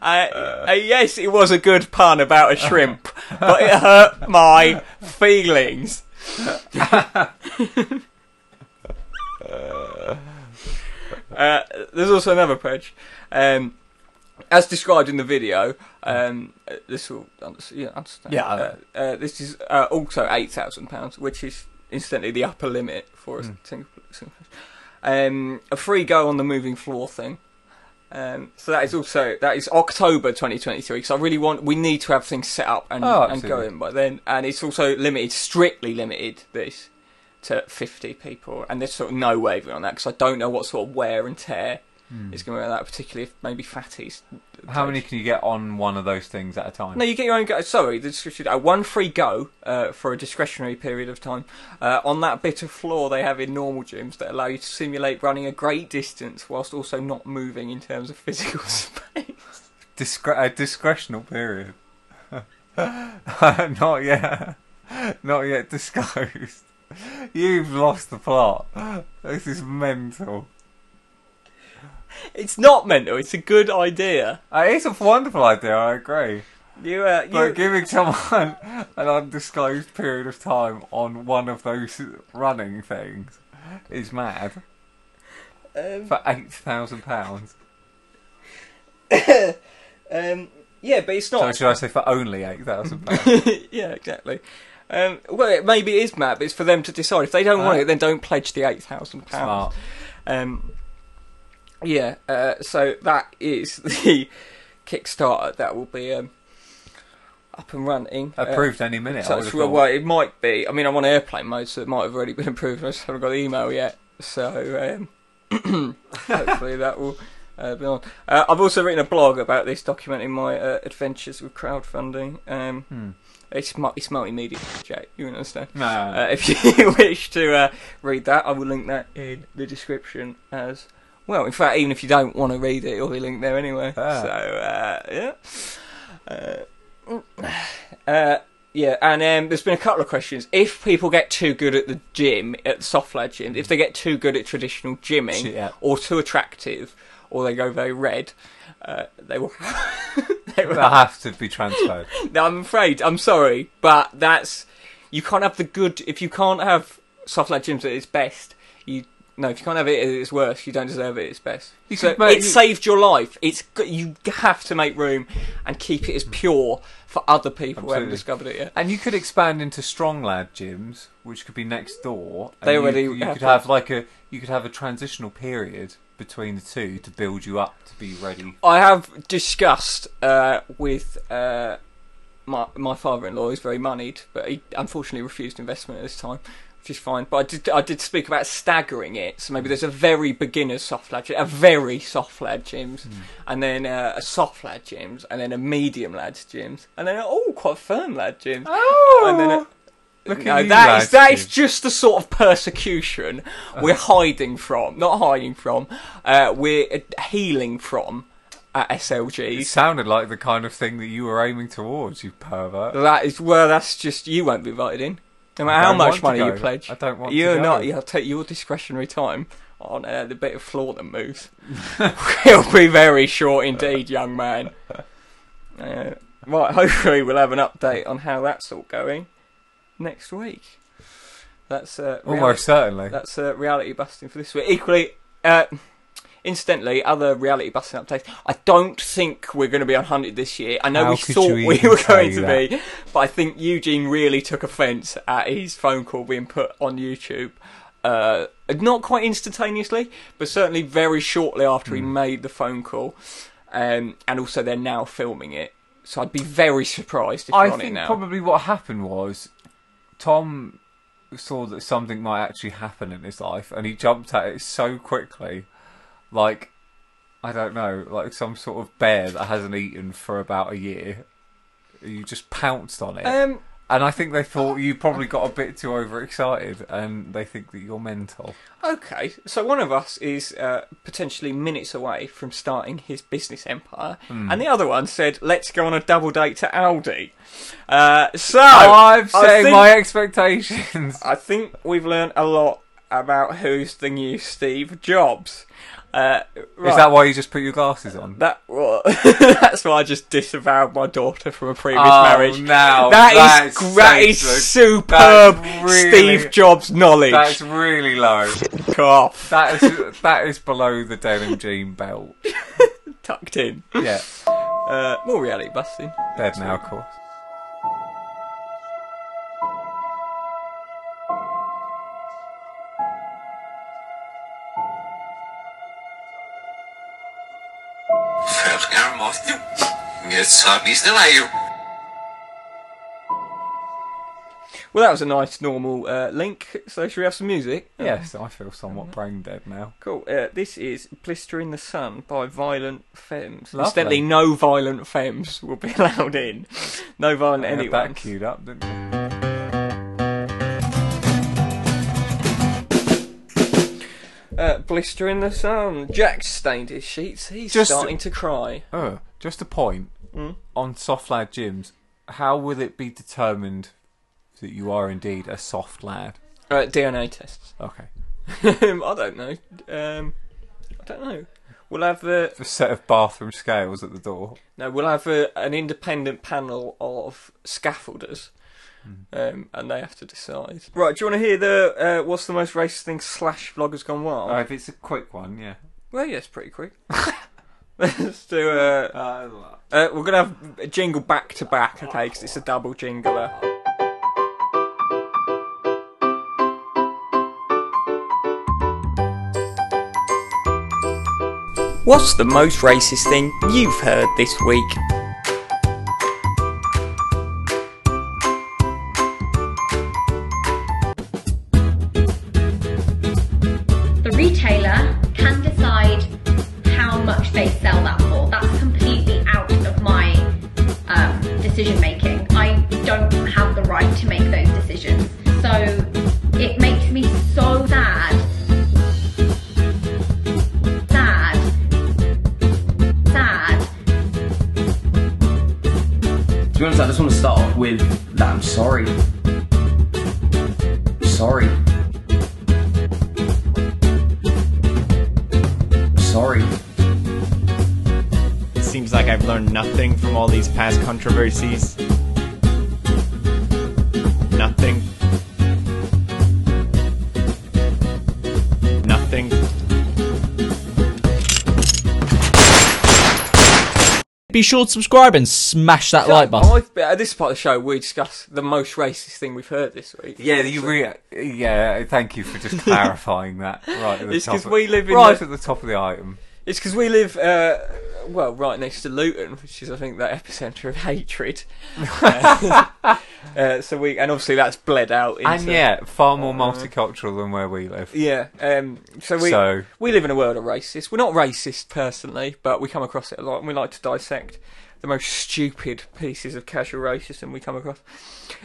[SPEAKER 1] I, uh, yes, it was a good pun about a shrimp, but it hurt my feelings. uh, there's also another pledge. Um, as described in the video, um, uh, this will under- yeah, understand.
[SPEAKER 3] Yeah.
[SPEAKER 1] Uh, uh, this is uh, also eight thousand pounds, which is incidentally the upper limit for a
[SPEAKER 3] Hmm.
[SPEAKER 1] single, single pledge. Um, a free go on the moving floor thing. Um, so that is also that is October 2023 because I really want we need to have things set up and,
[SPEAKER 3] Oh,
[SPEAKER 1] and
[SPEAKER 3] absolutely.
[SPEAKER 1] going by then and it's also limited strictly limited this to 50 people and there's sort of no wavering on that because I don't know what sort of wear and tear is going to be on that particularly if maybe fatties
[SPEAKER 3] How many can you get on one of those things at a time?
[SPEAKER 1] no, you get your own go. Sorry, the description. Uh, one free go uh, for a discretionary period of time uh, on that bit of floor they have in normal gyms that allow you to simulate running a great distance whilst also not moving in terms of physical space.
[SPEAKER 3] Discre- a discretional period. Not yet. Not yet disclosed. You've lost the plot. This is mental.
[SPEAKER 1] It's not mental. It's a good idea.
[SPEAKER 3] Uh, It's a wonderful idea, I agree.
[SPEAKER 1] You, uh, you.
[SPEAKER 3] But giving someone an undisclosed period of time on one of those running things is mad.
[SPEAKER 1] Um,
[SPEAKER 3] For £8,000.
[SPEAKER 1] um, yeah, but it's
[SPEAKER 3] So
[SPEAKER 1] not.
[SPEAKER 3] should I say for only £8,000?
[SPEAKER 1] yeah, exactly. Um, well, it, maybe it is Matt, but it's for them to decide. If they don't want
[SPEAKER 3] Ah.
[SPEAKER 1] it, then don't pledge the eight thousand pounds.
[SPEAKER 3] Smart.
[SPEAKER 1] Um, yeah, uh, so that is the Kickstarter that will be um, up and running. Uh,
[SPEAKER 3] Approved any minute. I
[SPEAKER 1] So
[SPEAKER 3] would've
[SPEAKER 1] that's real-
[SPEAKER 3] thought.
[SPEAKER 1] well, it might be. I mean, I'm on airplane mode, so it might have already been approved. I just haven't got the email yet. So um, hopefully that will uh, be on. Uh, I've also written a blog about this, documenting my uh, adventures with crowdfunding. Um,
[SPEAKER 3] Hmm.
[SPEAKER 1] It's mu- it's multimedia, Jake. You wouldn't understand.
[SPEAKER 3] No, no, no.
[SPEAKER 1] Uh, if you wish to uh, read that, I will link that in the description as well. In fact, even if you don't want to read it, it'll be linked there anyway.
[SPEAKER 3] Ah.
[SPEAKER 1] So uh, yeah. Uh, uh, yeah, and um, there's been a couple of questions. If people get too good at the gym, at the soft lad gym, if they get too good at traditional gymming,
[SPEAKER 3] Yeah.
[SPEAKER 1] or too attractive, or they go very red, uh, they will. they will
[SPEAKER 3] They'll have to be transferred.
[SPEAKER 1] no, I'm afraid. I'm sorry, but that's you can't have the good if you can't have soft lad gyms at its best. You no, if you can't have it at its worst, you don't deserve it at its best.
[SPEAKER 3] You
[SPEAKER 1] so
[SPEAKER 3] could make-
[SPEAKER 1] it saved your life. It's g- you have to make room and keep it as pure for other people who haven't
[SPEAKER 3] Absolutely.
[SPEAKER 1] discovered it yet.
[SPEAKER 3] And you could expand into strong lad gyms, which could be next door. and
[SPEAKER 1] They
[SPEAKER 3] you-
[SPEAKER 1] already
[SPEAKER 3] You, could
[SPEAKER 1] have
[SPEAKER 3] have like a you could have a transitional period between the two to build you up to be ready.
[SPEAKER 1] I have discussed uh, with uh, my my father-in-law. He's very moneyed, but he unfortunately refused investment at this time, which is fine. But I did I did speak about staggering it. So maybe there's a very beginner soft lad, gym, a very soft lad gyms, and then uh, a soft lad gyms, and then a medium lads gyms, and then oh, quite firm lad gyms,
[SPEAKER 3] Oh,
[SPEAKER 1] and then. A,
[SPEAKER 3] look at
[SPEAKER 1] no,
[SPEAKER 3] you,
[SPEAKER 1] that
[SPEAKER 3] lad
[SPEAKER 1] is that is
[SPEAKER 3] gyms.
[SPEAKER 1] just the sort of persecution we're hiding from, not hiding from, uh, we're healing from at
[SPEAKER 3] it
[SPEAKER 1] SLGs.
[SPEAKER 3] sounded like the kind of thing that you were aiming towards, you pervert.
[SPEAKER 1] That is well, that's just you won't be invited in. No matter how
[SPEAKER 3] don't want
[SPEAKER 1] much
[SPEAKER 3] to
[SPEAKER 1] money
[SPEAKER 3] go.
[SPEAKER 1] you pledge,
[SPEAKER 3] I don't want to
[SPEAKER 1] you're
[SPEAKER 3] go.
[SPEAKER 1] not. You'll take your discretionary time on uh, the bit of floor that moves. It'll be very short indeed, young man. Uh, right, hopefully we'll have an update on how that's all going next week. That's uh, reality-
[SPEAKER 3] Almost certainly.
[SPEAKER 1] that's uh, reality busting for this week. Equally, uh, incidentally, other reality busting updates. I don't think we're going to be on Hunted this year. I know
[SPEAKER 3] How
[SPEAKER 1] we
[SPEAKER 3] could
[SPEAKER 1] thought
[SPEAKER 3] you
[SPEAKER 1] we
[SPEAKER 3] even
[SPEAKER 1] were
[SPEAKER 3] say
[SPEAKER 1] going to
[SPEAKER 3] that?
[SPEAKER 1] be, but I think Eugene really took offence at his phone call being put on YouTube. Uh, not quite instantaneously, but certainly very shortly after
[SPEAKER 3] Hmm.
[SPEAKER 1] he made the phone call, um, and also they're now filming it. So I'd be very surprised if
[SPEAKER 3] I
[SPEAKER 1] you're on it
[SPEAKER 3] think
[SPEAKER 1] now.
[SPEAKER 3] probably what happened was Tom saw that something might actually happen in his life, and he jumped at it so quickly, like I don't know, like some sort of bear that hasn't eaten for about a year. You just pounced on it,
[SPEAKER 1] um,
[SPEAKER 3] and I think they thought you probably got a bit too overexcited, and they think that you're mental.
[SPEAKER 1] Okay, so one of us is uh, potentially minutes away from starting his business empire,
[SPEAKER 3] Hmm.
[SPEAKER 1] and the other one said, "Let's go on a double date to Aldi." Uh, so
[SPEAKER 3] I'm
[SPEAKER 1] I
[SPEAKER 3] setting
[SPEAKER 1] think-
[SPEAKER 3] my expectations.
[SPEAKER 1] I think we've learned a lot about who's the new Steve Jobs. Uh, right.
[SPEAKER 3] Is that why you just put your glasses on?
[SPEAKER 1] That wa- that's why I just disavowed my daughter from a previous
[SPEAKER 3] Oh,
[SPEAKER 1] marriage.
[SPEAKER 3] now
[SPEAKER 1] that is
[SPEAKER 3] that's
[SPEAKER 1] gr- that is
[SPEAKER 3] senseless.
[SPEAKER 1] superb
[SPEAKER 3] That's really-
[SPEAKER 1] Steve Jobs knowledge.
[SPEAKER 3] That's really low.
[SPEAKER 1] Fuck off,
[SPEAKER 3] That is that is below the denim jean belt.
[SPEAKER 1] tucked in.
[SPEAKER 3] Yeah,
[SPEAKER 1] Uh, more reality busting.
[SPEAKER 3] dead now, of course.
[SPEAKER 5] Velkám Matthew. It's hardly still are you.
[SPEAKER 1] Well, that was a nice normal uh, link. So, should we have some music?
[SPEAKER 3] Yes, I feel
[SPEAKER 1] Mm.
[SPEAKER 3] somewhat brain dead now.
[SPEAKER 1] Cool. Uh, this is Blister in the Sun by Violent Femmes.
[SPEAKER 3] Lovely.
[SPEAKER 1] Incidentally, no violent femmes will be allowed in. No violent
[SPEAKER 3] Had
[SPEAKER 1] anyone.
[SPEAKER 3] that queued up, didn't you?
[SPEAKER 1] Uh, Blister in the Sun. Jack stained his sheets. He's
[SPEAKER 3] Just-
[SPEAKER 1] starting to cry.
[SPEAKER 3] Oh, just a point
[SPEAKER 1] Mm.
[SPEAKER 3] on soft lad gyms. How will it be determined that you are indeed a soft lad?
[SPEAKER 1] Uh, DNA tests.
[SPEAKER 3] Okay,
[SPEAKER 1] Um, I don't know. Um, I don't know. We'll have uh,
[SPEAKER 3] a set of bathroom scales at the door.
[SPEAKER 1] no. We'll have uh, an independent panel of scaffolders, um, and they have to decide. Right. Do you want to hear the uh, what's the most racist thing slash vloggers gone wild?
[SPEAKER 3] Oh, if it's a quick one, yeah.
[SPEAKER 1] Well, yeah, it's pretty quick. Let's do. Uh, uh, we're gonna have a jingle back to back, okay? Because it's a double jingler. What's the most racist thing you've heard this week?
[SPEAKER 6] The retailer can decide how much they sell that for. That's completely out of my um, decision making. I don't have the right to make those decisions. So it makes me so sad. Sad. Sad.
[SPEAKER 7] To be honest, I just want to start off with that I'm sorry. Sorry. Sorry.
[SPEAKER 8] It seems like I've learned nothing from all these past controversies. Nothing. Nothing.
[SPEAKER 9] Be sure to subscribe and smash that like button.
[SPEAKER 1] I've been- at this part of the show, we discuss the most racist thing we've heard this week.
[SPEAKER 3] Yeah, you re- yeah. Thank you for just clarifying that. Right, at the
[SPEAKER 1] It's
[SPEAKER 3] top
[SPEAKER 1] 'cause
[SPEAKER 3] of-
[SPEAKER 1] we live in
[SPEAKER 3] right
[SPEAKER 1] the-
[SPEAKER 3] at the top of the item.
[SPEAKER 1] It's because we live, uh, well, right next to Luton, which is, I think, the epicentre of hatred. uh, so we, and obviously that's bled out. Into, Uh-huh.
[SPEAKER 3] And yeah, far more multicultural than where we live.
[SPEAKER 1] yeah. Um, so we
[SPEAKER 3] So-
[SPEAKER 1] we live in a world of racists. We're not racist personally, but we come across it a lot, and we like to dissect the most stupid pieces of casual racism we come across.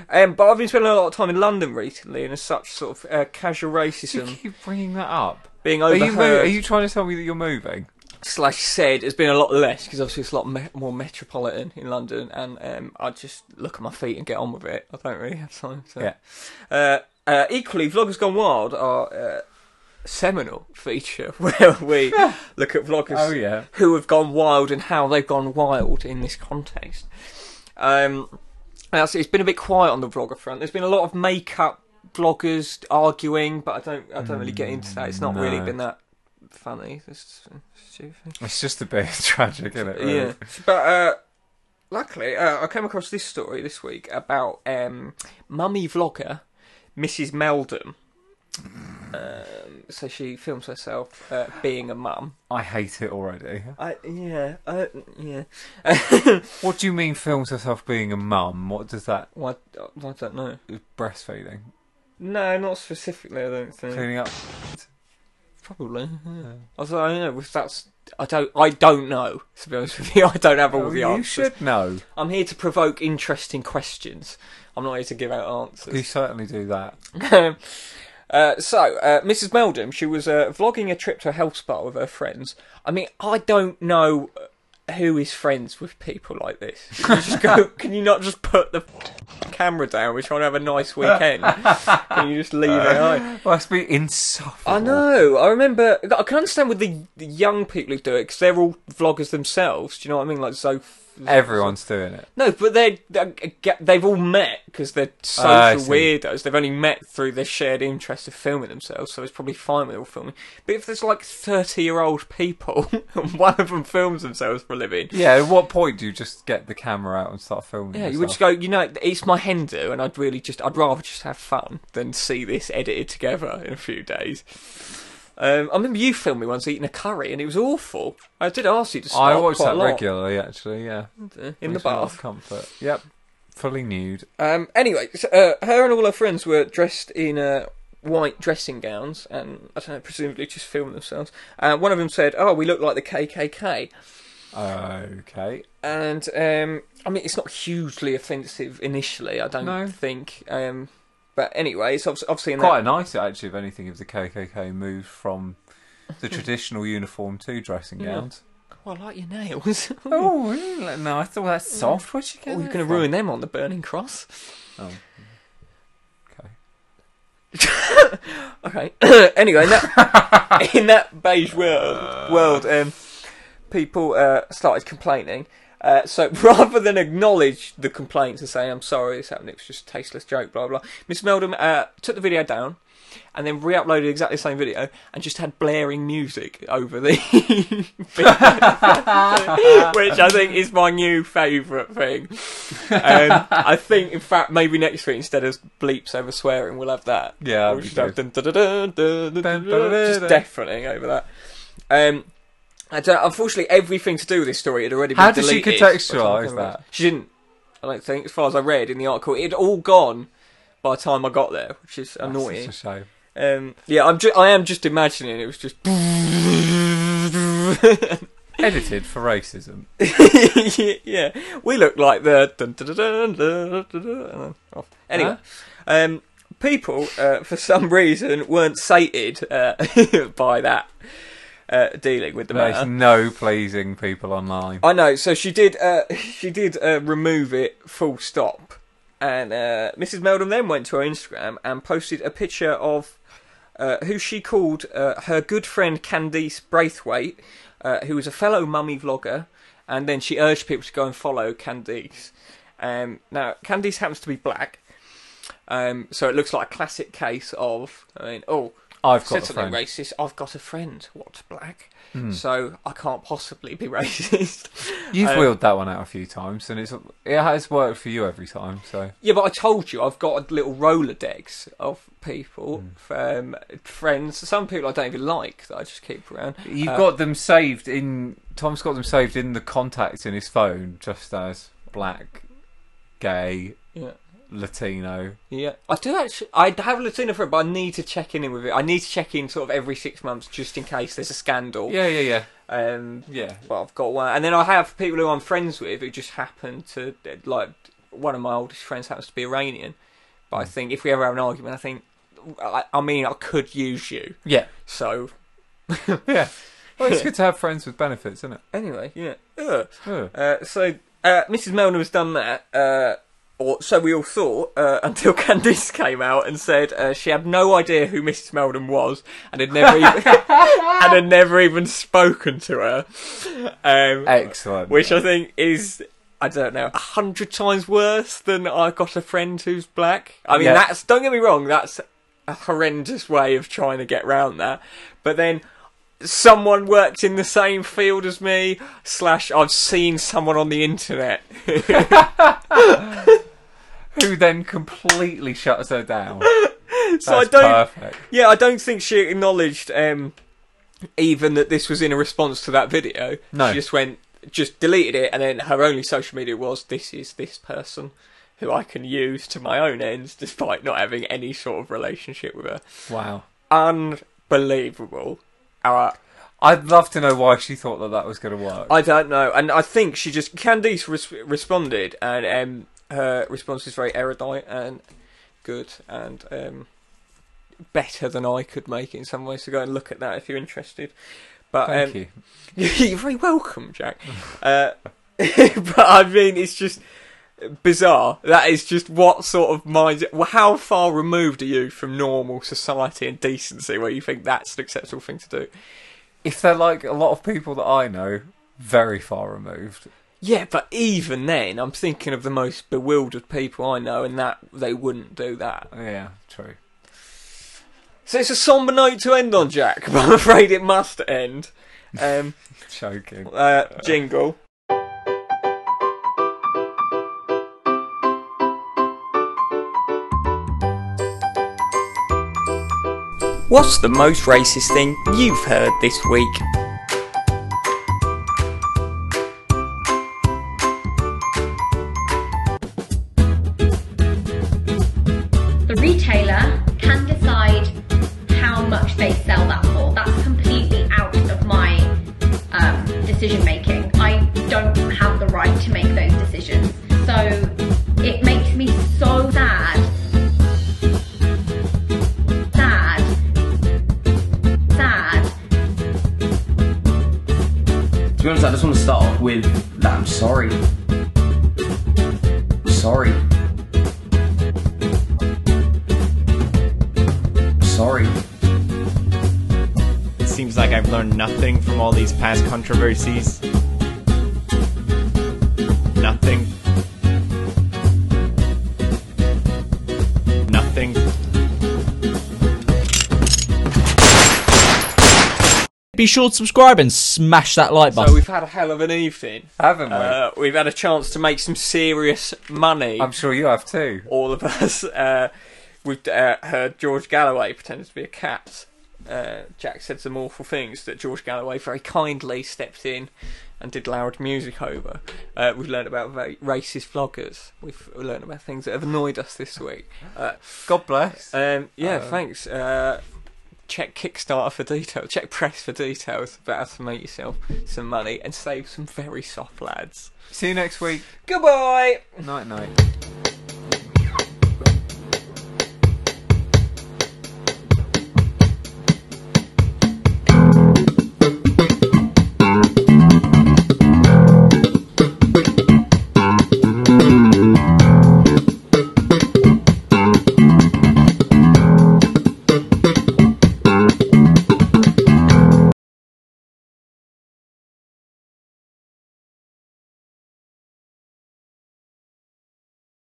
[SPEAKER 1] Um, but I've been spending a lot of time in London recently, and as such, sort of uh, casual
[SPEAKER 3] You
[SPEAKER 1] racism
[SPEAKER 3] keep bringing that up.
[SPEAKER 1] being
[SPEAKER 3] Are
[SPEAKER 1] overheard.
[SPEAKER 3] you, mo- are you trying to tell me that you're moving?
[SPEAKER 1] slash said has been a lot less because obviously it's a lot me- more metropolitan in London, and um, I just look at my feet and get on with it. I don't really have time. So.
[SPEAKER 3] Yeah.
[SPEAKER 1] Uh, uh, equally, Vloggers Gone Wild are. Uh, Seminal feature where we look at vloggers
[SPEAKER 3] Oh, yeah.
[SPEAKER 1] who have gone wild and how they've gone wild in this context. Um, that's, it's been a bit quiet on the vlogger front. There's been a lot of makeup vloggers arguing, but I don't I don't really get into that. It's not really
[SPEAKER 3] no.
[SPEAKER 1] been that funny. It's stupid.
[SPEAKER 3] It's just a bit tragic, isn't it? really?
[SPEAKER 1] Yeah, but uh, luckily uh, I came across this story this week about um, mummy vlogger Mrs. Meldum. Um, so she films herself uh, being a mum.
[SPEAKER 3] I hate it already.
[SPEAKER 1] I yeah I, yeah.
[SPEAKER 3] What do you mean films herself being a mum? What does that
[SPEAKER 1] Well, I, I don't know.
[SPEAKER 3] breastfeeding?
[SPEAKER 1] No, not specifically. I don't think.
[SPEAKER 3] Cleaning up
[SPEAKER 1] Probably. Yeah. I don't I don't know if that's. I don't. I don't know. To be honest with you, I don't have all
[SPEAKER 3] Oh,
[SPEAKER 1] the
[SPEAKER 3] you
[SPEAKER 1] answers.
[SPEAKER 3] should know.
[SPEAKER 1] I'm here to provoke interesting questions. I'm not here to give out
[SPEAKER 3] You
[SPEAKER 1] answers.
[SPEAKER 3] certainly do that.
[SPEAKER 1] Mm. uh, so, uh, Mrs. Meldum, she was uh, vlogging a trip to a health spa with her friends. I mean, I don't know uh, who is friends with people like this. You just go, can you not just put the camera down? We're trying to have a nice weekend. can you just leave it alone?
[SPEAKER 3] Well, that's be insufferable.
[SPEAKER 1] I know. I remember. I can understand with the, the young people who do it because they're all vloggers themselves. Do you know what I mean? Like so.
[SPEAKER 3] Everyone's doing it.
[SPEAKER 1] No, but they're, they're they've all met because they're social
[SPEAKER 3] Ah, I see.
[SPEAKER 1] weirdos. They've only met through their shared interest of filming themselves, so it's probably fine with all filming. But if there's like thirty-year-old people and one of them films themselves for a living,
[SPEAKER 3] Yeah, at what point do you just get the camera out and start filming?
[SPEAKER 1] Yeah, you would just go, you know, it's my hen do, and I'd really just, I'd rather just have fun than see this edited together in a few days. Um, I remember you filmed me once eating a curry, and it was awful. I did ask you to stop.
[SPEAKER 3] I watch
[SPEAKER 1] quite a
[SPEAKER 3] that
[SPEAKER 1] lot
[SPEAKER 3] regularly, actually. Yeah,
[SPEAKER 1] in the
[SPEAKER 3] Makes me a lot of
[SPEAKER 1] bath.
[SPEAKER 3] Comfort. Yep, fully nude.
[SPEAKER 1] Um, anyway, so, uh, her and all her friends were dressed in uh, white dressing gowns, and I don't know, presumably just filmed themselves. Uh, one of them said, "Oh, we look like the KKK." Uh.
[SPEAKER 3] Okay.
[SPEAKER 1] and um, I mean it's not hugely offensive initially, I don't
[SPEAKER 3] No.
[SPEAKER 1] think. Um, but anyway, it's obvi- obviously in
[SPEAKER 3] Quite
[SPEAKER 1] that,
[SPEAKER 3] nice, actually, if anything, if the KKK moved from the traditional uniform to dressing gowns.
[SPEAKER 1] oh, I like your nails. oh,
[SPEAKER 3] Oh, really? no, I thought that's soft. Where'd you get
[SPEAKER 1] you're
[SPEAKER 3] that
[SPEAKER 1] going to
[SPEAKER 3] from?
[SPEAKER 1] ruin them on the burning cross.
[SPEAKER 3] Oh. Okay.
[SPEAKER 1] Okay. anyway, in that, in that beige
[SPEAKER 3] Uh.
[SPEAKER 1] world, world um, people uh, started complaining. Uh, so rather than acknowledge the complaints and say, I'm sorry, this happened, it was just a tasteless joke, blah, blah, Miss Meldum uh, took the video down and then re uploaded exactly the same video and just had blaring music over the. Which I think is my new favourite thing. Um, I think, in fact, maybe next week, instead of bleeps over swearing, we'll have that.
[SPEAKER 3] Yeah, that'd
[SPEAKER 1] We'll
[SPEAKER 3] be
[SPEAKER 1] just have
[SPEAKER 3] good.
[SPEAKER 1] dun- dun- dun- dun- dun- dun- dun- just deafening over that. Um, I don't, unfortunately, everything to do with this story had already been
[SPEAKER 3] How did she
[SPEAKER 1] deleted.
[SPEAKER 3] contextualise that?
[SPEAKER 1] She didn't. I don't think, as far as I read in the article, it had all gone by the time I got there, which is
[SPEAKER 3] It's
[SPEAKER 1] annoying.
[SPEAKER 3] a shame.
[SPEAKER 1] Um, yeah, I'm. Ju- I am just imagining it was just.
[SPEAKER 3] Edited for racism.
[SPEAKER 1] yeah, we look like the. Dun, dun, dun, dun, dun, dun, dun, dun, and then off. Anyway, um, people uh, for some reason weren't sated uh, by that uh, dealing with the
[SPEAKER 3] There's
[SPEAKER 1] matter.
[SPEAKER 3] no pleasing people online.
[SPEAKER 1] I know. So she did. Uh, she did uh, remove it. Full stop. And uh, Mrs. Meldum then went to her Instagram and posted a picture of uh, who she called uh, her good friend Candice Braithwaite, uh, who was a fellow mummy vlogger. And then she urged people to go and follow Candice. Um, now, Candice happens to be black. Um, so it looks like a classic case of, I mean, oh,
[SPEAKER 3] I've
[SPEAKER 1] said
[SPEAKER 3] got a
[SPEAKER 1] something
[SPEAKER 3] friend. Hmm.
[SPEAKER 1] racist. I've got a friend. What black? So I can't possibly be racist.
[SPEAKER 3] You've
[SPEAKER 1] Uh,
[SPEAKER 3] wheeled that one out a few times, and it's it has worked for you every time. So
[SPEAKER 1] Yeah, but I told you I've got a little Rolodex of people, um, friends. Some people I don't even like that I just keep around.
[SPEAKER 3] you've
[SPEAKER 1] Uh,
[SPEAKER 3] got them saved in. Tom's got them saved in the contacts in his phone, just as black, gay,
[SPEAKER 1] Yeah.
[SPEAKER 3] Latino.
[SPEAKER 1] Yeah, I do actually. I have Latina for it, but I need to check in with it. I need to check in sort of every six months just in case there's a scandal.
[SPEAKER 3] Yeah, yeah, yeah,
[SPEAKER 1] Um,
[SPEAKER 3] yeah.
[SPEAKER 1] Well, I've got one, and then I have people who I'm friends with who just happen to like. One of my oldest friends happens to be Iranian, but I think if we ever have an argument, I think I, I mean I could use you.
[SPEAKER 3] Yeah,
[SPEAKER 1] So
[SPEAKER 3] yeah. Well, it's good to have friends with benefits, isn't it?
[SPEAKER 1] Anyway, yeah. Ugh.
[SPEAKER 3] Ugh.
[SPEAKER 1] Uh, so uh, Mrs. Milner has done that, uh, or so we all thought, uh, until Candice came out and said uh, she had no idea who Mrs. Meldon was and had never even, and had never even spoken to her. Um,
[SPEAKER 3] Excellent.
[SPEAKER 1] which I think is. I don't know, a hundred times worse than I got a friend who's black. I mean,
[SPEAKER 3] Yeah.
[SPEAKER 1] that's don't get me wrong, that's a horrendous way of trying to get round that. But then someone worked in the same field as me. Slash, I've seen someone on the internet.
[SPEAKER 3] Who then completely shuts her down.
[SPEAKER 1] so I
[SPEAKER 3] That's
[SPEAKER 1] don't.
[SPEAKER 3] perfect.
[SPEAKER 1] Yeah, I don't think she acknowledged um, even that this was in a response to that video.
[SPEAKER 3] No.
[SPEAKER 1] she just went, just deleted it, and then her only social media was, "This is this person." Who I can use to my own ends, despite not having any sort of relationship with her.
[SPEAKER 3] Wow.
[SPEAKER 1] Unbelievable. Uh,
[SPEAKER 3] I'd love to know why she thought that that was going to work.
[SPEAKER 1] I don't know, and I think she just Candice res- responded, and um, her response was very erudite and good, and um, better than I could make it in some ways. So go and look at that if you're interested. But
[SPEAKER 3] Thank
[SPEAKER 1] um,
[SPEAKER 3] you.
[SPEAKER 1] You're very welcome, Jack. uh, but I mean, it's just bizarre. That is just what sort of mind. well, How far removed are you from normal society and decency where you think that's an acceptable thing to do?
[SPEAKER 3] If they're like a lot of people that I know, very far removed.
[SPEAKER 1] Yeah, but even then, I'm thinking of the most bewildered people I know, and that they wouldn't do that.
[SPEAKER 3] Yeah, true.
[SPEAKER 1] So it's a somber note to end on, Jack. But I'm afraid it must end. Um,
[SPEAKER 3] Joking.
[SPEAKER 1] uh, jingle. What's the most racist thing you've heard this week?
[SPEAKER 6] The retailer can decide how much they sell that for. That's completely out of my um, decision making. I don't have the right to make those decisions. So it makes me so sad. Sad. Sad.
[SPEAKER 7] To be honest, I just want to start off with that I'm sorry. Sorry. Sorry.
[SPEAKER 8] It seems like I've learned nothing from all these past controversies. Nothing. Nothing.
[SPEAKER 9] Be sure to subscribe and smash that like button.
[SPEAKER 1] So Oh, we've had a hell of an evening.
[SPEAKER 3] Haven't we?
[SPEAKER 1] Uh, we've had a chance to make some serious money.
[SPEAKER 3] I'm sure you have too.
[SPEAKER 1] all of us. Uh, we've uh, heard George Galloway pretended to be a cat. Uh, Jack said some awful things that George Galloway very kindly stepped in and did loud music over. Uh, we've learned about va- racist vloggers. We've learned about things that have annoyed us this week. Uh,
[SPEAKER 3] God bless.
[SPEAKER 1] um, yeah, thanks. Uh, check Kickstarter for details. Check press for details about how to make yourself some money and save some very soft lads.
[SPEAKER 3] See you next week.
[SPEAKER 1] Goodbye.
[SPEAKER 3] Night night.